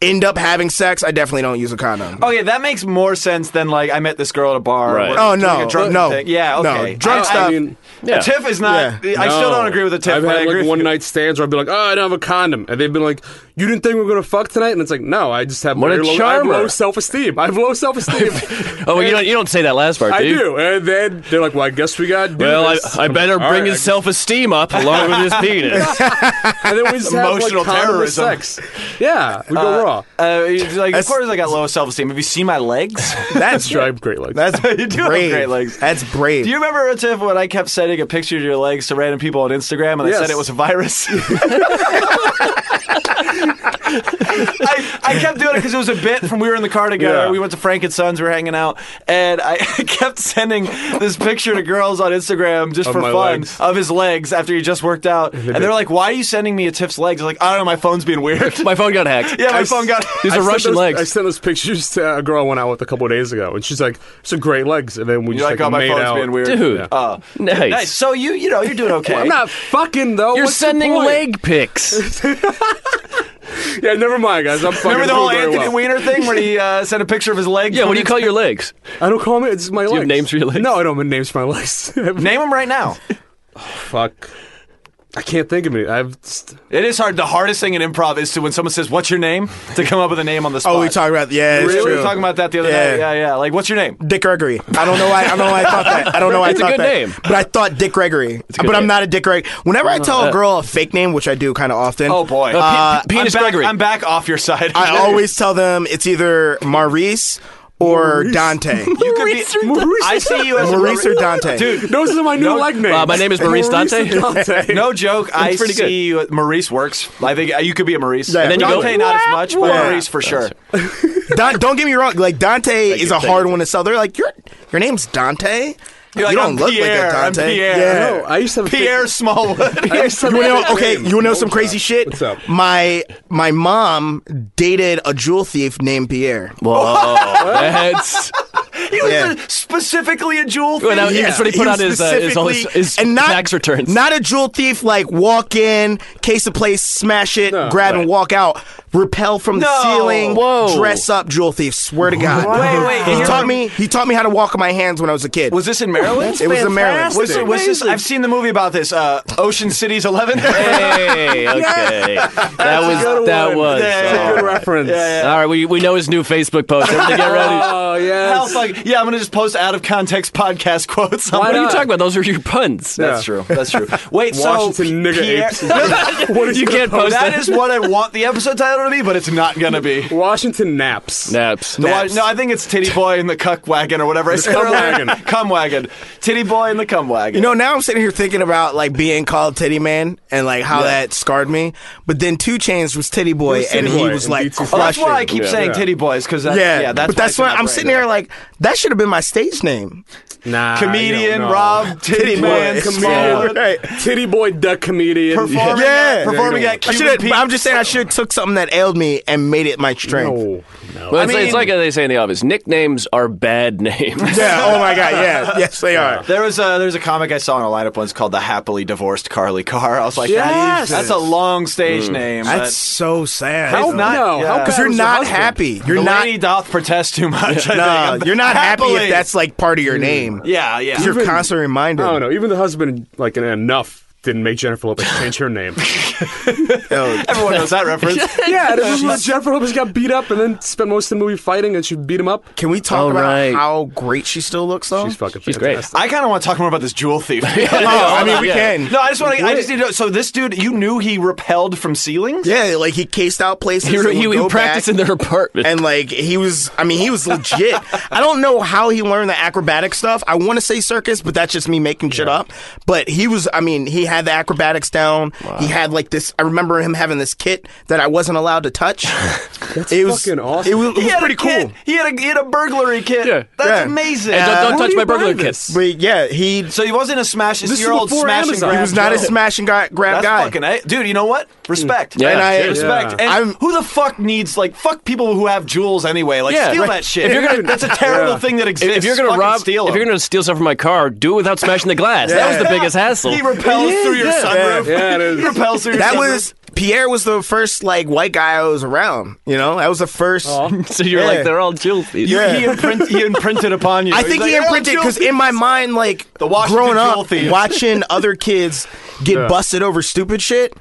end up having sex, I definitely don't use a condom.
Okay, that makes more sense than like I met this girl at a bar.
Right.
We're
Oh,
doing
no,
a drunk
no,
thing. Yeah.
no.
Okay.
Drunk
I-
stuff.
I,
mean,
Yeah.
Tiff is not. I still don't agree with the Tiff.
I've
but I
had
agree
like
with
one
you.
night stands where I'd be like, "Oh, I don't have a condom," and they've been like, "You didn't think we were gonna fuck tonight?" And it's like, "No, I just have
What a
very low, I have
charmer.
low self-esteem. I have low self-esteem.
Oh, well, you don't you don't say that last part,
I
do you?
do." And then they're like, "Well, I guess we got to do
Well,
this."
I, I
I'm
better
like, "All
bring
right,
his self esteem up along with his penis.
I, and then we just
Emotional
have, like, condomless
terrorism.
Sex. Yeah, we go raw.
Uh, he's like, of
That's-
course, I got low self esteem. Have you seen my legs?
That's
That's right. Great legs.
That's
You do have
brave.
great legs.
That's brave.
Do you remember, Tiff, when I kept sending a picture of your legs to random people on Instagram and I
Yes.
said it was a virus? I, I kept doing it because it was a bit from we were in the car together.
Yeah.
We went to Frank and Sons, we were hanging out, and I kept sending this picture to girls on Instagram just
Of
for
my
fun
legs.
of his legs after he just worked out. And they're like, Why are you sending me a Tiff's legs? I was like, I don't know, my phone's being weird.
My phone got hacked.
yeah, my
I
phone
s-
got.
These are
sent
Russian
those-
legs.
I sent those pictures to a girl I went out with a couple of days ago, and she's like, "It's a great legs." And then we
You're
just
like,
like,
Oh, my
made
phone's
out.
being weird.
Dude.
Uh,
nice.
nice. So you, you know, you're doing okay.
I'm not fucking though.
You're
What's the
sending
point?
leg pics.
Yeah, never mind, guys. I'm fucking.
Remember the whole
doing very
Anthony
well.
Weiner thing where he uh, sent a picture of his legs?
Yeah,
from
what do you call your legs?
I don't call them. It's my legs.
have names for your legs?
No, I don't have names for my legs.
Name them right now.
Fuck. I can't think of it. I've. St-
It is hard. The hardest thing in improv is to when someone says, "What's your name?" to come up with a name on the spot.
oh, we talked about yeah, it's
We
true.
were talking about that the other
Yeah.
night. Yeah, yeah. Like, what's your name?
Dick Gregory. I don't know why. I don't know why I thought that. I don't know why
It's a
I thought
good
that.
name.
But I thought Dick Gregory.
a
But
good
I'm
name.
not a Dick Gregory. Whenever I tell a girl a fake name, which I do kind of often.
Oh boy,
Uh, Pe- Pe- Penis
I'm back,
Gregory.
I'm back off your side.
I always tell them it's either Maurice or Dante.
You could be-
Maurice.
I see you as a
Maurice or
Maurice.
Dante.
dude.
Those are my new leg names.
Uh, my name is Maurice Dante.
Dante.
No joke. I
pretty good.
see you. Maurice works. I think uh, you could be a Maurice.
Yeah. And then you
Dante,
go-
not as much, but
Yeah.
Maurice for sure.
Don, don't get me wrong. Like Dante is
you,
a
thank
hard
you.
one to sell. They're like, your your name's Dante.
You're like,
you don't
"I'm
look
Pierre,
like a
I'm
Dante.
Pierre."
Yeah.
No, I used to have a fake-
Pierre Smallwood.
I used to have
You wanna
a
know?
fake
Okay,
name.
you wanna know
What's
some
up?
crazy shit?
What's up?
My my mom dated a jewel thief named Pierre.
Whoa, that's
He was
Yeah.
a- specifically a jewel thief.
Well, now- That's what he put
was
on his, uh, his- all his-
specifically-
his tax returns.
Not a jewel thief like walk in, case a place, smash it, grab and walk out, repel from
No.
the ceiling,
Whoa.
dress up jewel thief. Swear to God.
Wait, wait,
He
you're-
taught me. He taught me how to walk on my hands when I was a kid.
Was this in Maryland?
It was in Maryland.
Was, it- was this? I've seen the movie about this. Uh, Ocean City's Eleven.
Hey, okay. That was that was.
Yeah,
all
That's a good
right.
reference.
All right, we, we know his new Facebook post. Everybody get ready.
Oh
Hal's
yes.
like, yeah, I'm gonna just post out of context podcast quotes.
What are you
not?
talking about? Those are your puns.
That's true. That's true. Wait,
Washington
so
nigger
Pierre- Oh,
apes. what
You can't post
that
that.
is what I want the episode title to be, but it's not gonna be.
Washington naps.
Naps.
No, I,
Naps.
no, I think it's Titty Boy and the Cuck Wagon or whatever. I said
cum
earlier.
wagon.
Cum Wagon. Titty Boy and the Cum Wagon.
You know, now I'm sitting here thinking about like being called Teddy Man and like how that scarred me. But then Two Chains was Teddy Boy,
was Teddy
and he
Boy
was
in
like
B2
crushing.
Well, Oh, that's why I keep
Yeah.
saying
Yeah.
Titty Boys because that's
yeah,
yeah, that's
but that's
why
why I'm sitting there like that should have been my stage name.
Nah. you
comedian
don't know.
Rob Titty,
Titty
Man
Boy.
Smallwood,
Yeah. Right.
Titty boy duck comedian.
performing
Yeah.
at, performing
Yeah,
at
I
Cuban
should.
Pete.
But I'm just saying I should have took something that ailed me and made it my strength.
No, no.
Well, it's,
I
it's like they say in the office nicknames are bad names.
Yeah. Oh my God. Yeah. Yes, they are.
There was a there's a comic I saw in a lineup once called the happily divorced Carly Carr. I was like,
Yes!
that's, that's a long stage
Mm.
name. but
That's so sad.
How- not-
no,
yeah.
how
Because
bad
you're
was your
not
husband?
happy. You're
the
not.
lady doth protest too much. I
nah,
think.
you're not happy
Happily.
if that's like part of your name.
yeah, yeah.
You're constantly reminded.
I don't know. Even the husband, like enough, didn't make Jennifer Lopez change her name.
Oh,
Everyone knows that reference.
yeah, it was like Jennifer Lopez got beat up and then spent most of the movie fighting, and she beat him up.
Can we talk
All
about
right.
how great she still looks though?
She's fucking.
She's great.
fantastic.
I kind of want to talk more about this jewel thief.
oh, I mean, we
Yeah.
can.
No, I just want to. I just need to know. So this dude, you knew he repelled from ceilings.
Yeah, like he cased out places.
He,
and
he,
would
he
go
practiced
back,
in their apartment.
and like he was. I mean, he was legit. I don't know how he learned the acrobatic stuff. I want to say circus, but that's just me making shit up. But he was. I mean, he had the acrobatics down. He had like this. I remember him having this kit that I wasn't allowed to touch. it was
fucking awesome.
It was, it
He
was
had
pretty
a kit.
cool.
He had a he had a burglary kit.
Yeah.
That's
Yeah. Uh,
amazing.
And don't,
Where
don't
do
touch
you
my
buy
burglar
this?
kits.
But yeah, he
so he wasn't a smash. This
This
your
is
old
before
smash and
Amazon.
grab.
He
he was not
Joe.
a smash and gra- grab
That's
guy.
fucking a- dude. You know what? Respect.
Yeah.
and I,
Cheers.
Respect.
Yeah.
And
I'm-
who the fuck needs like fuck people who have jewels anyway? Like
Yeah,
steal
right.
that shit.
If you're gonna-
that's a terrible
Yeah.
thing that
If-
exists.
if you're gonna
Fucking
rob,
steal
if
them.
you're gonna steal something from my car, do it without smashing the glass. That was the biggest hassle.
He repels through your sunroof.
Yeah, it is.
He repels through your
That
sunroof.
was Pierre was the first like white guy I was around. You know, that was the first.
so you're
Yeah.
like they're all guilty.
You-
Yeah.
he, imprint, he imprinted upon you.
I
He's
think
like,
he
"Oh,
imprinted
jewel
because
thief."
in my mind, like
The Washington
growing
jewel
up,
thieves.
watching other kids get busted over stupid shit,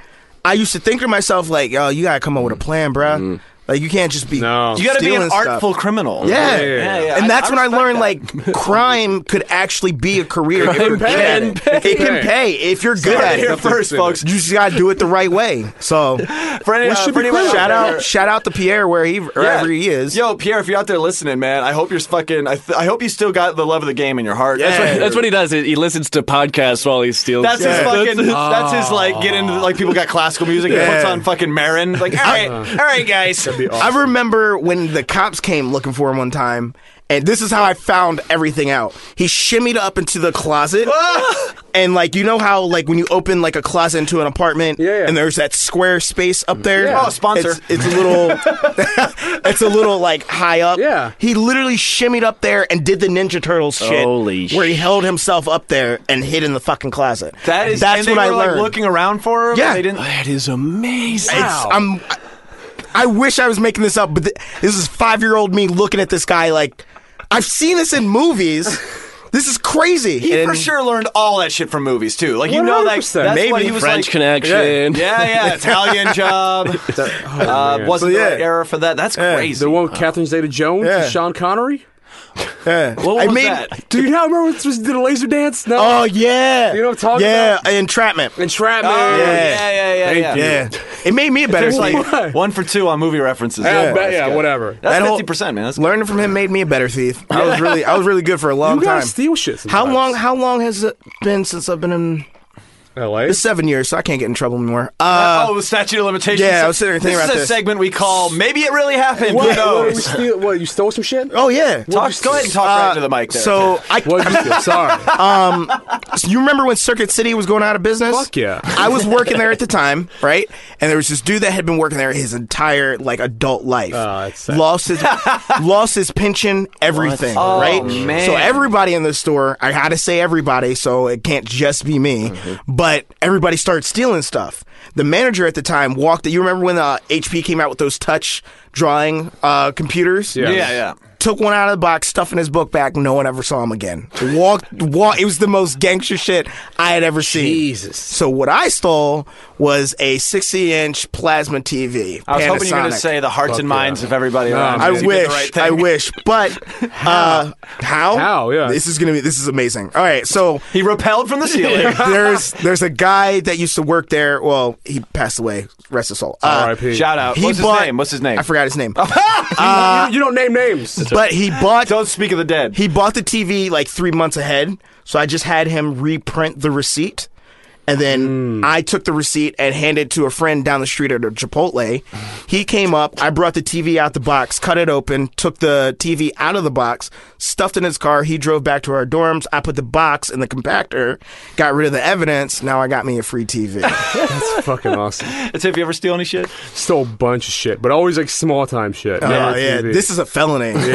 I used to think to myself like, "Yo, you gotta come up with a plan, bruh. Like you can't just be
No.
you got to be an
stealing stuff."
artful criminal.
Yeah.
Yeah, yeah.
And that's when I
respect
learned
that.
like crime could actually be a career. if you're good
pay.
at
It
It
can
It
pay.
can pay if you're good
Heard
at
it
it.
here first, folks.
You just gotta do it the right way. So
For any, uh,
should
for
be
anyone
clear.
shout
there-
out, shout out to Pierre where he wherever he is.
Yo, Pierre, if you're out there listening, man, I hope you're fucking. I, th- I hope you still got the love of the game in your heart.
Yeah.
That's, what,
That's what he does. He he listens to podcasts while he steals.
that's his
Yeah.
fucking. That's his like get into like people got classical music. and He
Yeah.
puts on fucking Marin. Like all right, all right, guys.
I remember when the cops came looking for him one time, and this is how I found everything out. He shimmied up into the closet,
Ah!
and like you know how like when you open like a closet into an apartment,
Yeah, yeah.
and there's that square space up there.
Yeah.
Oh, sponsor.
It's, it's a little, it's a little like high up.
Yeah.
he literally shimmied up there and did the Ninja Turtles shit,
Holy
where he held himself up there and hid in the fucking closet.
That is.
that's
and they
what I
were, like,
learned.
Looking around for him.
Yeah.
and They didn't.
that is amazing.
It's, I'm. I- I wish I was making this up, but th- this is five year old me looking at this guy like, I've seen this in movies. This is crazy.
He
And-
for sure learned all that shit from movies too. Like you know, like
100%.
that's what
Maybe
he was
French
like.
Connection.
Yeah, yeah, Italian job. uh,
man.
wasn't
So,
the
yeah.
right era for that. That's crazy.
The one with Catherine Zeta-Jones,
Yeah.
and Sean Connery.
Yeah.
what
I
was
mean,
that?
Do you not remember when she did a laser dance? No.
oh yeah.
You know what I'm talking
yeah,
about?
entrapment.
Entrapment.
Oh,
Yeah.
yeah, yeah, yeah,
Thank
yeah.
you.
Yeah, it made me a better.
It's
thief.
like one for two on movie references.
Yeah, I bet-
that's
yeah,
good.
whatever.
That's
That whole-
fifty percent, man. That's
Learning from him made me a better thief. I was really, I was really good for a long
You gotta
time.
steal shit.
how
sometimes.
long? How long has it been since I've been in?
L.A.
It's seven years, so I can't get in trouble anymore. Uh,
oh, statute of limitations.
yeah, I was sitting there thinking
this is
about
a
this.
segment we call "Maybe It Really Happened." Who
What, what, did we
knows?
steal? what, you stole some shit?
oh yeah.
Talk, go ahead and talk right into the mic. There.
So I,
What you steal? Sorry.
So you remember when Circuit City was going out of business?
Fuck yeah.
I was working there at the time, right? And there was this dude that had been working there his entire like adult life.
Oh, that's sad.
lost his lost his pension, everything,
Oh,
right?
man.
So everybody in the store, I gotta say everybody, so it can't just be me,
Mm-hmm.
but everybody started stealing stuff. The manager at the time walked. You remember when uh, HP came out with those touch drawing uh, computers?
Yeah.
Yeah, yeah.
took one out of the box, stuffed in his book bag. No one ever saw him again. Walked, walk. It was the most gangster shit I had ever seen.
Jesus.
So what I stole was a 60-inch plasma TV.
I was hoping you were going to
Panasonic.
say the hearts and minds of everybody around.
I
you. You did
wish.
the right thing.
I wish. But uh, how?
How, yeah.
This is gonna be. This is amazing. All right. So
He repelled from the ceiling.
there's there's a guy that used to work there. Well, he passed away. Rest his soul. Uh,
R.I.P.
Shout out.
He
What's
bought,
his name? What's his name?
I forgot his name.
you, you don't name names.
but he bought
Don't speak of the dead.
He bought the TV like three months ahead, so I just had him reprint the receipt. And then I took the receipt and handed it to a friend down the street at a Chipotle. He came up, I brought the TV out the box, cut it open, took the TV out of the box, stuffed it in his car. He drove back to our dorms. I put the box in the compactor, got rid of the evidence. Now I got me a free TV.
That's fucking awesome.
It's if you ever steal any shit.
Stole a bunch of shit, but always like small time shit.
oh, yeah. This is a felony. Mine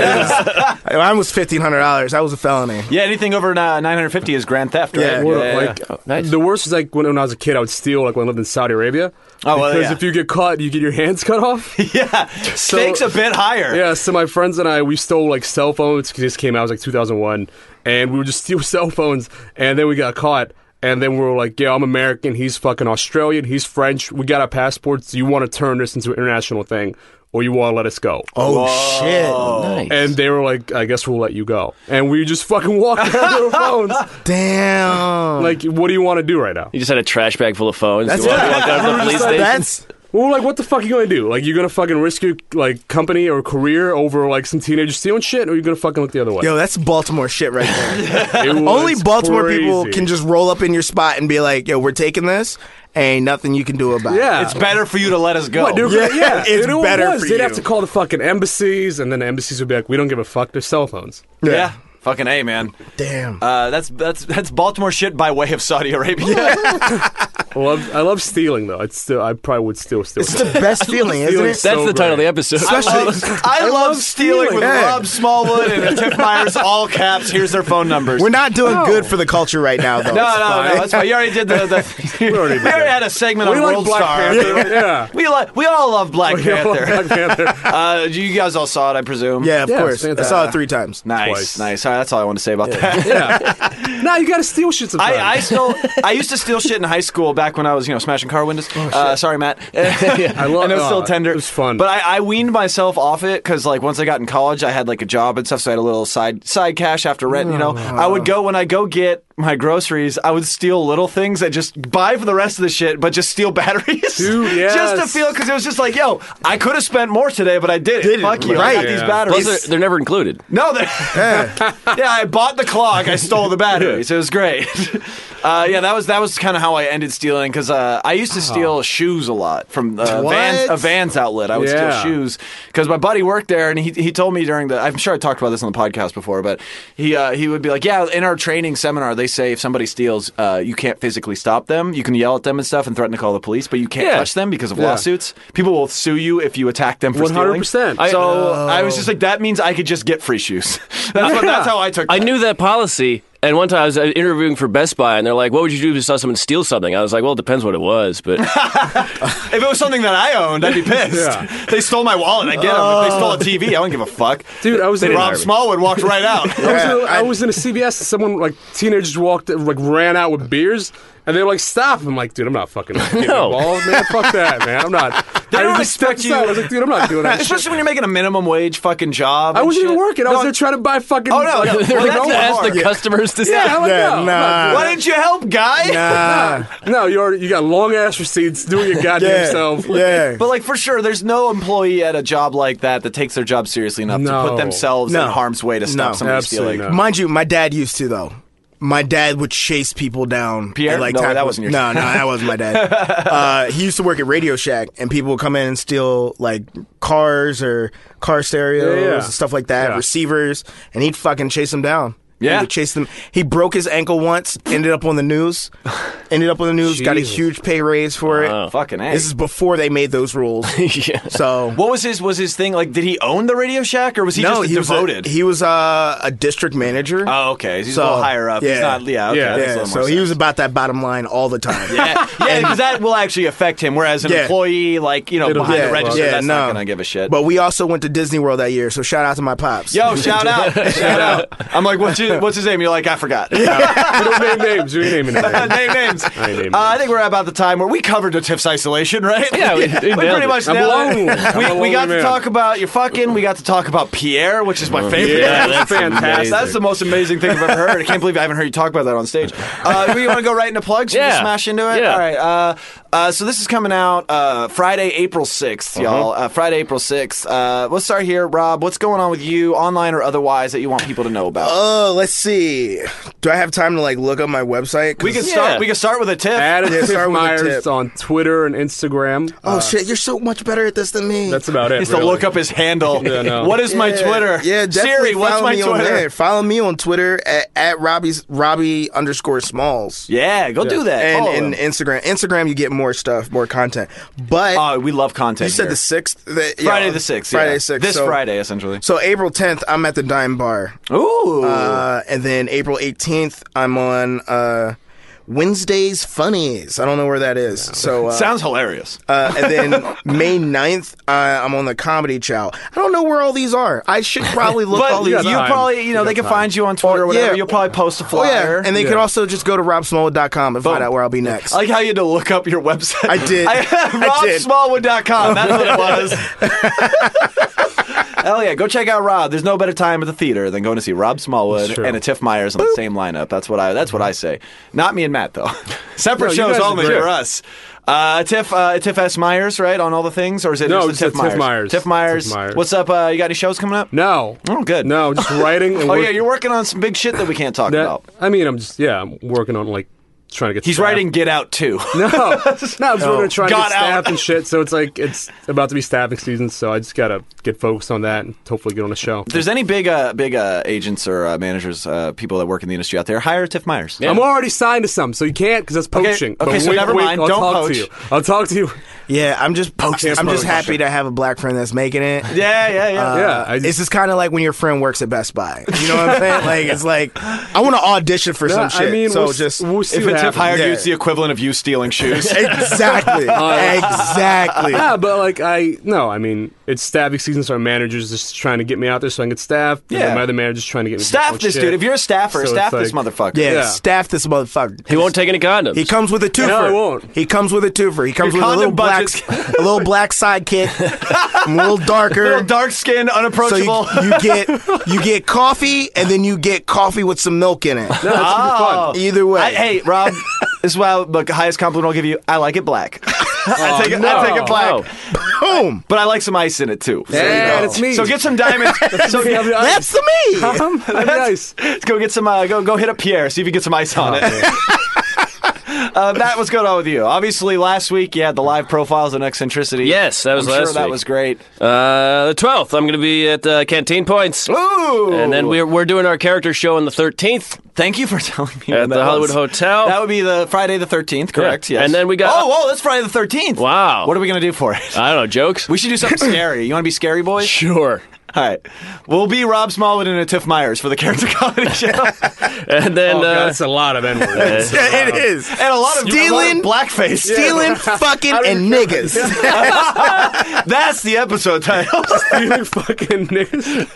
was $1,500. That was a felony.
Yeah, anything over uh, 950 is grand theft, right?
Yeah.
Or,
yeah,
like
yeah.
nice.
the worst is like when, when I was a kid, I would steal like when I lived in Saudi Arabia.
Oh, well,
because
yeah.
if you get caught, you get your hands cut off.
Yeah, stakes a bit higher.
yeah, so my friends and I, we stole like cell phones because this came out it was like 2001, and we would just steal cell phones, and then we got caught. And then we were like, yeah, I'm American. He's fucking Australian. He's French. We got our passports. You want to turn this into an international thing, or you want to let us go?
Oh, shit.
nice.
And they were like, I guess we'll let you go. And we just fucking walked out of their phones.
Damn.
Like, what do you want to do right now?
you just had a trash bag full of phones.
That's
you walked-
it.
walked out of the police station.
That's
Well, like, what the fuck are you gonna do? Like, you're gonna fucking risk your like company or career over like some teenager stealing shit, or you're gonna fucking look the other way?
Yo, that's Baltimore shit right there.
It was
Only Baltimore people
crazy.
can just roll up in your spot and be like, "Yo, we're taking this. Ain't nothing you can do about
Yeah,
it."
It's better for you to let us go.
What, dude,
Yeah,
yeah,
it's
You know what
better
it was?
for
They'd
you.
have to call the fucking embassies, and then the embassies would be like, "We don't give a fuck. They're cell phones."
yeah. Fucking A, man.
Damn.
Uh, that's that's that's Baltimore shit by way of Saudi Arabia.
I love, I love stealing though. It's still, I probably would still steal.
It's the best feeling, isn't it?
Feelings.
That's
So
the title of
great.
the episode.
I love, I love stealing,
stealing.
with
Yeah.
Rob Smallwood and Tiff Myers, all caps. Here's their phone numbers.
We're not doing good for the culture right now, though.
No, no, no. That's fine. You already did the. the we already, had a segment
we
on
like
World
Black
Star.
Panther. yeah.
We like we all love Black
We all love
Panther.
Black Panther.
Uh, you guys all saw it, I presume.
Yeah, of
Yeah,
course. I
fantastic.
saw it three times.
Nice,
Twice.
nice. All right, that's all I want to say about that.
yeah. Nah, you gotta steal shit sometimes.
I, I still I used to steal shit in high school back when I was you know smashing car windows.
Oh,
uh, sorry, Matt. I
love-
and it was still
oh,
tender.
it was fun.
but I, I weaned myself off it because like once I got in college, I had like a job and stuff, so I had a little side side cash after rent. You know, I would go when I go get my groceries, I would steal little things I just buy for the rest of the shit, but just steal batteries
Dude,
just to
yes.
feel because it was just like yo, I could have spent more today, but I didn't.
Didn't,
Fuck you, I
right.
got these
Yeah.
batteries.
Plus, they're, they're never included.
No, they yeah. I bought the clock. I stole the batteries. It was great. Uh, yeah, that was that was kind of how I ended stealing because uh, I used to steal shoes a lot from uh,
What?
Vans, a Vans outlet. I would
Yeah.
steal shoes because my buddy worked there, and he he told me during the I'm sure I talked about this on the podcast before, but he uh, he would be like, yeah, in our training seminar, they say if somebody steals, uh, you can't physically stop them. You can yell at them and stuff and threaten to call the police, but you can't
Yeah.
touch them because of
Yeah.
lawsuits. People will sue you if you attack them for stealing.
100%.
So I
Oh.
was just like, that means I could just get free shoes. That's, what, that's how I took.
I
that.
knew that policy. And one time I was uh, interviewing for Best Buy, and they're like, "What would you do if you saw someone steal something?" I was like, "Well, it depends what it was, but
if it was something that I owned, I'd be pissed.
Yeah. Oh.
They stole my wallet. I get them. If they stole a TV, I wouldn't give a fuck.
Dude, I was
They
in-
Rob
Hire me.
Smallwood walked right out.
I was, in a, I, was in a CVS and someone like teenagers walked like ran out with beers and they were like stop. I'm like, dude, I'm not fucking getting
No.
involved, man. Fuck that, man. I'm not.
They
I
don't
was just
respect
stepped
you.
aside. I was like, dude, I'm not doing that. shit.
Especially when you're making a minimum wage fucking job.
I
and
wasn't even
shit.
working. I was
No,
there trying to buy fucking.
Oh, no,
like,
no.
like,
they're
Well,
like
that's
to ask
hard.
the customers to
yeah, I'm
stop."
like,
Yeah,
no, I'm
nah.
not doing
Why didn't you help, guy?
Nah.
that. No, you already, you got long ass receipts. Do your goddamn
Yeah.
self.
Yeah.
But like for sure, there's no employee at a job like that that takes their job seriously enough to
No.
put themselves
No.
in harm's way to stop
No.
somebody
Absolutely
stealing.
not.
Mind you, my dad used to though. My dad would chase people down.
Pierre?
at, like
No,
time-
that wasn't your
No, no, that wasn't my dad. uh, he used to work at Radio Shack, and people would come in and steal like cars or car stereos
Yeah, yeah.
and stuff like that,
Yeah.
receivers, and he'd fucking chase them down.
Yeah.
We would chase them. He broke his ankle once. Ended up on the news. Ended up on the news. Got a
Jesus.
huge pay raise for it.
Fucking A.
This is before they made those rules.
yeah.
So
What was his was his thing? Like, did he own the Radio Shack or was he just a devoted?
Was a, he was uh, a, a district manager.
oh, okay. He's
So,
a little higher up. He's
yeah.
not. Yeah. Okay, that
Yeah.
makes a
yeah,
little
so
more
he
sense.
was about that bottom line all the time.
Yeah, yeah, because that will actually affect him. Whereas an
Yeah.
employee, like you know,
It'll-
behind
yeah,
the register,
yeah,
that's
no.
not gonna give a shit.
But we also went to Disney World that year, so shout out to my pops.
Yo, shout out, shout out. I'm like, what's his, what's his name? You're like, I forgot.
We don't name names. We ain't naming names.
name names.
I ain't
Uh,
naming
I
names.
think we're at about the time where we covered the TIFF's isolation, right?
Yeah, we- we nailed
pretty
it.
much
I'm
nailed
alone.
it.
I'm
We,
a
we got
lonely
to
man.
talk about your fucking. We got to talk about Pierre, which is my favorite.
Yeah, that's fantastic.
That's the most amazing thing I've ever heard. I can't believe I haven't heard you talk about that on stage. Uh, we want to go right into plugs. Should we
Yeah.
smash into it?
Yeah.
All right. Uh, uh, so this is coming out uh, Friday, April 6th, y'all. Uh, Friday, April 6th. Uh, let's start here. Rob, what's going on with you, online or otherwise, that you want people to know about?
Oh, let's see. Do I have time to like look up my website? 'Cause-
we can
yeah.
start. We can start with a tip.
Adam
Yeah, start with a
Myers
tip.
on Twitter and Instagram.
Oh shit, you're so much better at this than me.
That's about it.
Is to look up his handle.
Yeah, no.
What is my
Yeah,
Twitter?
Yeah, definitely
Siri, what's
follow
my
me on there.
Twitter?
Follow me on Twitter at, at Robbie's Robbie underscore Smalls.
Yeah, go do that.
And,
Follow
and
him.
Instagram. Instagram, you get more stuff, more content. But
Oh, we love content.
you said
here.
the sixth. that- yeah,
Friday the sixth. yeah.
Friday the sixth.
This
so-
Friday, essentially.
So April 10th, I'm at the Dime Bar.
Ooh.
Uh, and then April 18th, I'm on uh, Wednesday's Funnies. I don't know where that is. So uh,
Sounds hilarious.
uh, and then May 9th, uh, I'm on the Comedy Chow. I don't know where all these are. I should probably look all
But
these
you,
up.
time.
probably, you know,
You
they
got
can find you on Twitter or whatever.
yeah.
You'll probably post a
Oh,
flyer.
yeah. And they could also just go to robsmallwood.com and find out where I'll be next.
I like how you had to look up your website.
I did. I did.
RobSmallwood.com. That's what it was. Hell yeah, go check out Rob. There's no better time at the theater than going to see Rob Smallwood and a Tiff Myers on the same lineup. That's what I. That's what I say. Not me and Matt though. Separate
No, you
shows
guys are
only
great.
for us. Uh, Tiff, uh, Tiff S. Myers, right on all the things, or is it
No,
just
just
the Tiff,
the Tiff Myers.
Tiff Myers.
Tiff Myers.
What's up? Uh, you got any shows coming up?
No.
Oh, good.
No, just writing. And
Oh
work-
yeah, you're working on some big shit that we can't talk
that-
about.
I mean, I'm just yeah, I'm working on like trying to get.
He's
staff.
writing Get Out too.
No, no, I'm just working on trying to
Got
get staff
out.
and shit. So it's like it's about to be staffing season, so I just gotta get focused on that and hopefully get on a show.
If there's any big uh, big uh, agents or uh, managers, uh, people that work in the industry out there, hire Tiff Myers.
I'm already signed to some, so you can't because that's
Okay,
poaching.
okay, so never mind,
I'll
don't
talk
poach.
to you. I'll talk to you.
yeah, I'm just
can't
I'm just
promote.
happy to have a black friend that's making it. Uh,
Yeah, yeah, yeah.
yeah, I
This is kind of like when your friend works at Best Buy. You know what I'm saying? Like it's like I want to audition for some
Yeah,
shit.
I mean,
so
we'll, s-
just
we'll see
if
what
it's if
happens.
hired you,
Yeah.
it's the equivalent of you stealing shoes.
exactly, exactly.
Yeah, but like I no, I mean it's staffing season, so our manager's just trying to get me out there so I can get staffed. and then
Yeah.
my other manager's trying to get me
staff
on
this
shit.
dude. If you're a staffer,
So
staff
it's
this
like-
motherfucker.
Yeah,
Yeah.
staff this motherfucker.
He won't take any condoms.
He comes with a twofer.
I won't.
He comes with a twofer. He comes
Your
with a
condom
little black,
budget's-
a little black sidekick, a little darker.
Little dark skinned,
so you,
unapproachable.
you get you get coffee, and then you get coffee with some milk in it.
No, it's gonna be fun.
Oh.
Either way,
I, hey, Rob, this is why look, the highest compliment I'll give you. I like it black. I, take it,
no.
I take it black.
No.
boom.
But I like some ice in it too. So,
Yeah,
go.
it's me.
so get some diamonds. so
That'd be
get,
nice.
That's the me.
That'd be nice. Oh,
let's go get some. Uh, go go hit up Pierre. See if you get some ice on it. Uh, Matt, what's going on with you? Obviously, last week you had the live profiles on eccentricity.
Yes, that was
I'm
last
sure that
week.
was great.
Uh, the 12th, I'm going to be at uh, Canteen Points.
Ooh,
And then we're, we're doing our character show on the 13th.
Thank you for telling me
At
when
the
that
Hollywood
was.
Hotel.
That would be the Friday the thirteenth, correct?
Yeah.
Yes.
And then we got-
Oh, whoa! That's Friday the thirteenth.
Wow. Uh,
What are we gonna do for it?
I don't know, jokes?
We should do something scary. You want to be scary, boys?
sure.
All right. We'll be Rob Smallwood and a Tiff Myers for the character comedy show, and
And then,
Oh, God,
uh,
that's a lot of N-words.
Yeah, it is.
a lot of
Stealing-
a lot of blackface.
Stealing, fucking, and niggas.
That's the episode title.
Stealing fucking news.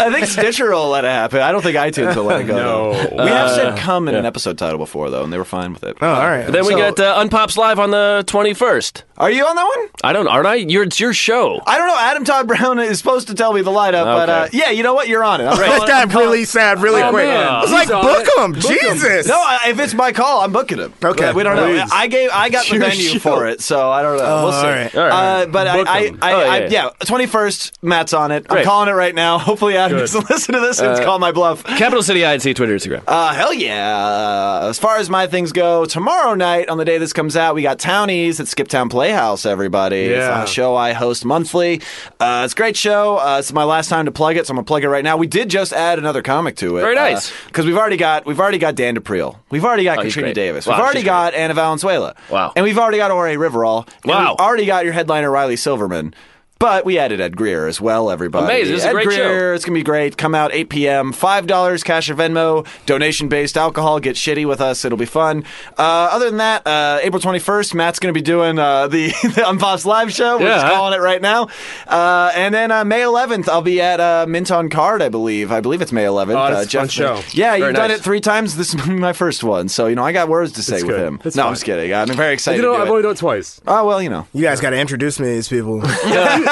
I think Stitcher will let it happen. I don't think iTunes will let it go.
No.
though. We have said "come" in an episode title before, though, and they were fine with it.
Oh, all right.
Uh, then we
So-
got uh, Unpops Live on the 21st.
Are you on that one?
I don't, aren't I? You're, it's your show.
I don't know. Adam Todd Brown is supposed to tell me the lineup, but uh,
Okay.
yeah, you know what? You're on it. I'm
This
calling-
got
I'm calling-
really sad really quick.
man.
I was like,
He's on
book
it.
him, Jesus.
No, I, if it's my call, I'm booking him.
Okay.
we don't know.
Please.
I gave, I got the
Your
venue
show.
for it, so I don't know. we'll see.
Oh, all right.
All right.
Uh, but I,
Book
I,
him.
I,
Oh, yeah,
I,
yeah.
yeah, 21st, Matt's on it. I'm
Great. Uh,
calling it right now. Hopefully, Adam doesn't listen to this and call my bluff.
Capital City INC, Twitter, Instagram.
Uh, hell yeah. As far as my things go, tomorrow night on the day this comes out, we got Townies at Skiptown Playhouse, everybody.
Yeah.
It's a show I host monthly. Uh, Uh, it's a great show. Uh, it's my last time to plug it, so I'm gonna plug it right now. We did just add another comic to it.
Very nice. Oh,
Because we've already got we've already got Dan DePriel. We've already got
he's
Katrina
great.
Davis.
Wow,
we've already
she's great.
got Anna Valenzuela.
Wow.
And we've already got Ore Riverall. And
Wow.
We've already got your headliner Riley Silverman. But we added Ed Greer as well, everybody.
Amazing. This is a
Ed
great show.
Greer, it's gonna be great. Come out 8 p.m. Five dollars cash or Venmo. Donation based alcohol. Get shitty with us. It'll be fun. Uh, other than that, uh, April 21st, Matt's gonna be doing uh, the, the Unbossed live show. We're just
Yeah.
calling it right now. Uh, and then uh, May 11th, I'll be at uh, Minton Card, I believe. I believe it's May 11th.
Oh,
uh,
that's a fun
Jeff-
show.
Yeah, you've done
nice.
it three times. This is my first one, so you know I got words to say with
good.
him.
That's
no,
fine.
I'm just kidding. I'm very excited.
You know,
to do
I've
it.
only done it twice.
Oh well, you know.
You guys got to introduce me to these people.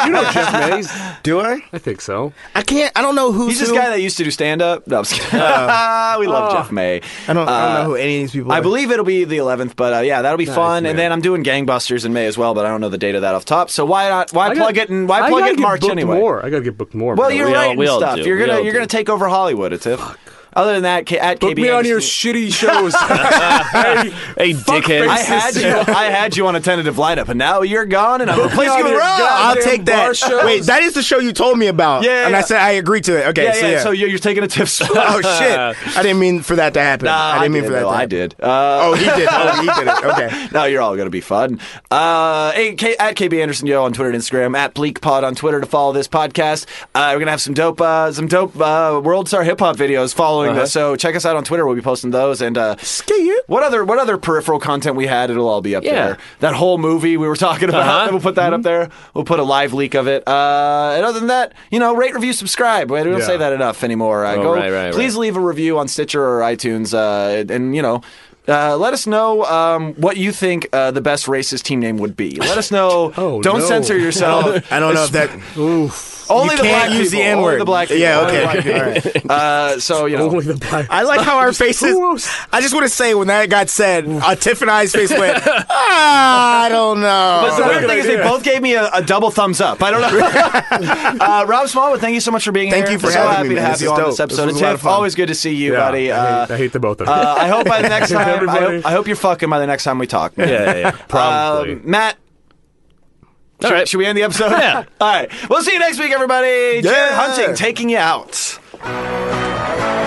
you know Jeff Mays.
Do I?
I think so.
I can't. I don't know who's
He's this
who.
guy that used to do stand up. No, I'm just kidding. we
Oh.
love Jeff May.
I don't. I don't
Uh,
know who any of these people.
I
are.
believe it'll be the 11th, but uh, yeah, that'll be fun.
man.
And then I'm doing Gangbusters in May as well, but I don't know the date of that off top. So why not? Why
I
plug
gotta-
it in? Why
I
plug
gotta
it in
get
March
booked
anyway?
More. I gotta get booked more.
Well,
man.
you're
We all-
right
we
and
all
stuff.
do.
You're
We
gonna
all
you're
do.
gonna take over Hollywood, at Tiff. Other than that, K- at
Book
KB
me on
Anderson-
your shitty shows. hey,
Hey, dickhead.
I had you. I had you on a tentative lineup, and now you're gone, and I'm replacing you
on
with
your
Rob.
goddamn
I'll take
bar
that.
shows.
Wait, that is the show you told me about.
Yeah, yeah,
and I
yeah.
said I agreed to it. Okay,
Yeah,
so
yeah.
yeah.
So you're, you're taking a Tiff spot.
oh shit! I didn't mean for that to happen.
Nah,
I didn't mean for that.
no,
to
I
happen.
did. Uh,
Oh, he did. Oh, he did it. Okay.
Now you're all going to be fun. Uh, hey, K- at KB Anderson Yo on Twitter and Instagram, at Bleak Pod on Twitter to follow this podcast. Uh, we're going to have some dope, uh, some dope uh, World Star Hip Hop videos following this.
Uh-huh.
So check us out on Twitter. We'll be posting those. And uh, what other what other peripheral content we had? It'll all be up
Yeah.
there. That whole movie we were talking about.
Uh-huh.
We'll put that up there. We'll put a live leak of it. Uh, and other than that, you know, rate, review, subscribe. We don't
Yeah.
say that enough anymore. Uh,
Oh,
go,
right, right,
please
right.
leave a review on Stitcher or iTunes, uh, and you know. Uh, let us know um, what you think uh, the best racist team name would be. Let us know.
Oh,
Don't
no.
censor yourself.
I don't know if that.
only
you
the
can't
black people.
use the
only
N word.
The black people.
Yeah.
only the
Okay.
black people.
All right.
Uh, so you know,
only the black.
I like how our faces.
Gross.
I just want to say when that got said, uh, Tiff and I's face went. Ah, I don't know.
But the
Oh,
weird
good
thing is, they
idea.
both gave me a, a double thumbs up. I don't know. uh, Rob Smallwood, thank you so much for being
Thank
here.
you for
so
having
happy
me,
to
man.
have
This
you
is
on
dope.
this
This
episode.
was a lot of
Tiff,
fun.
always good to see you,
Yeah,
buddy.
I, hate,
Uh,
I hate the both of them.
uh, I hope by the next time. I
everybody.
hope, I hope you're fucking by the next time we talk. man.
yeah, yeah.
Probably.
Um, Matt.
All
should,
right.
should we end the episode?
Yeah.
All right. We'll see you next week, everybody. Jared
Yeah.
Hunting taking you out.
Bye.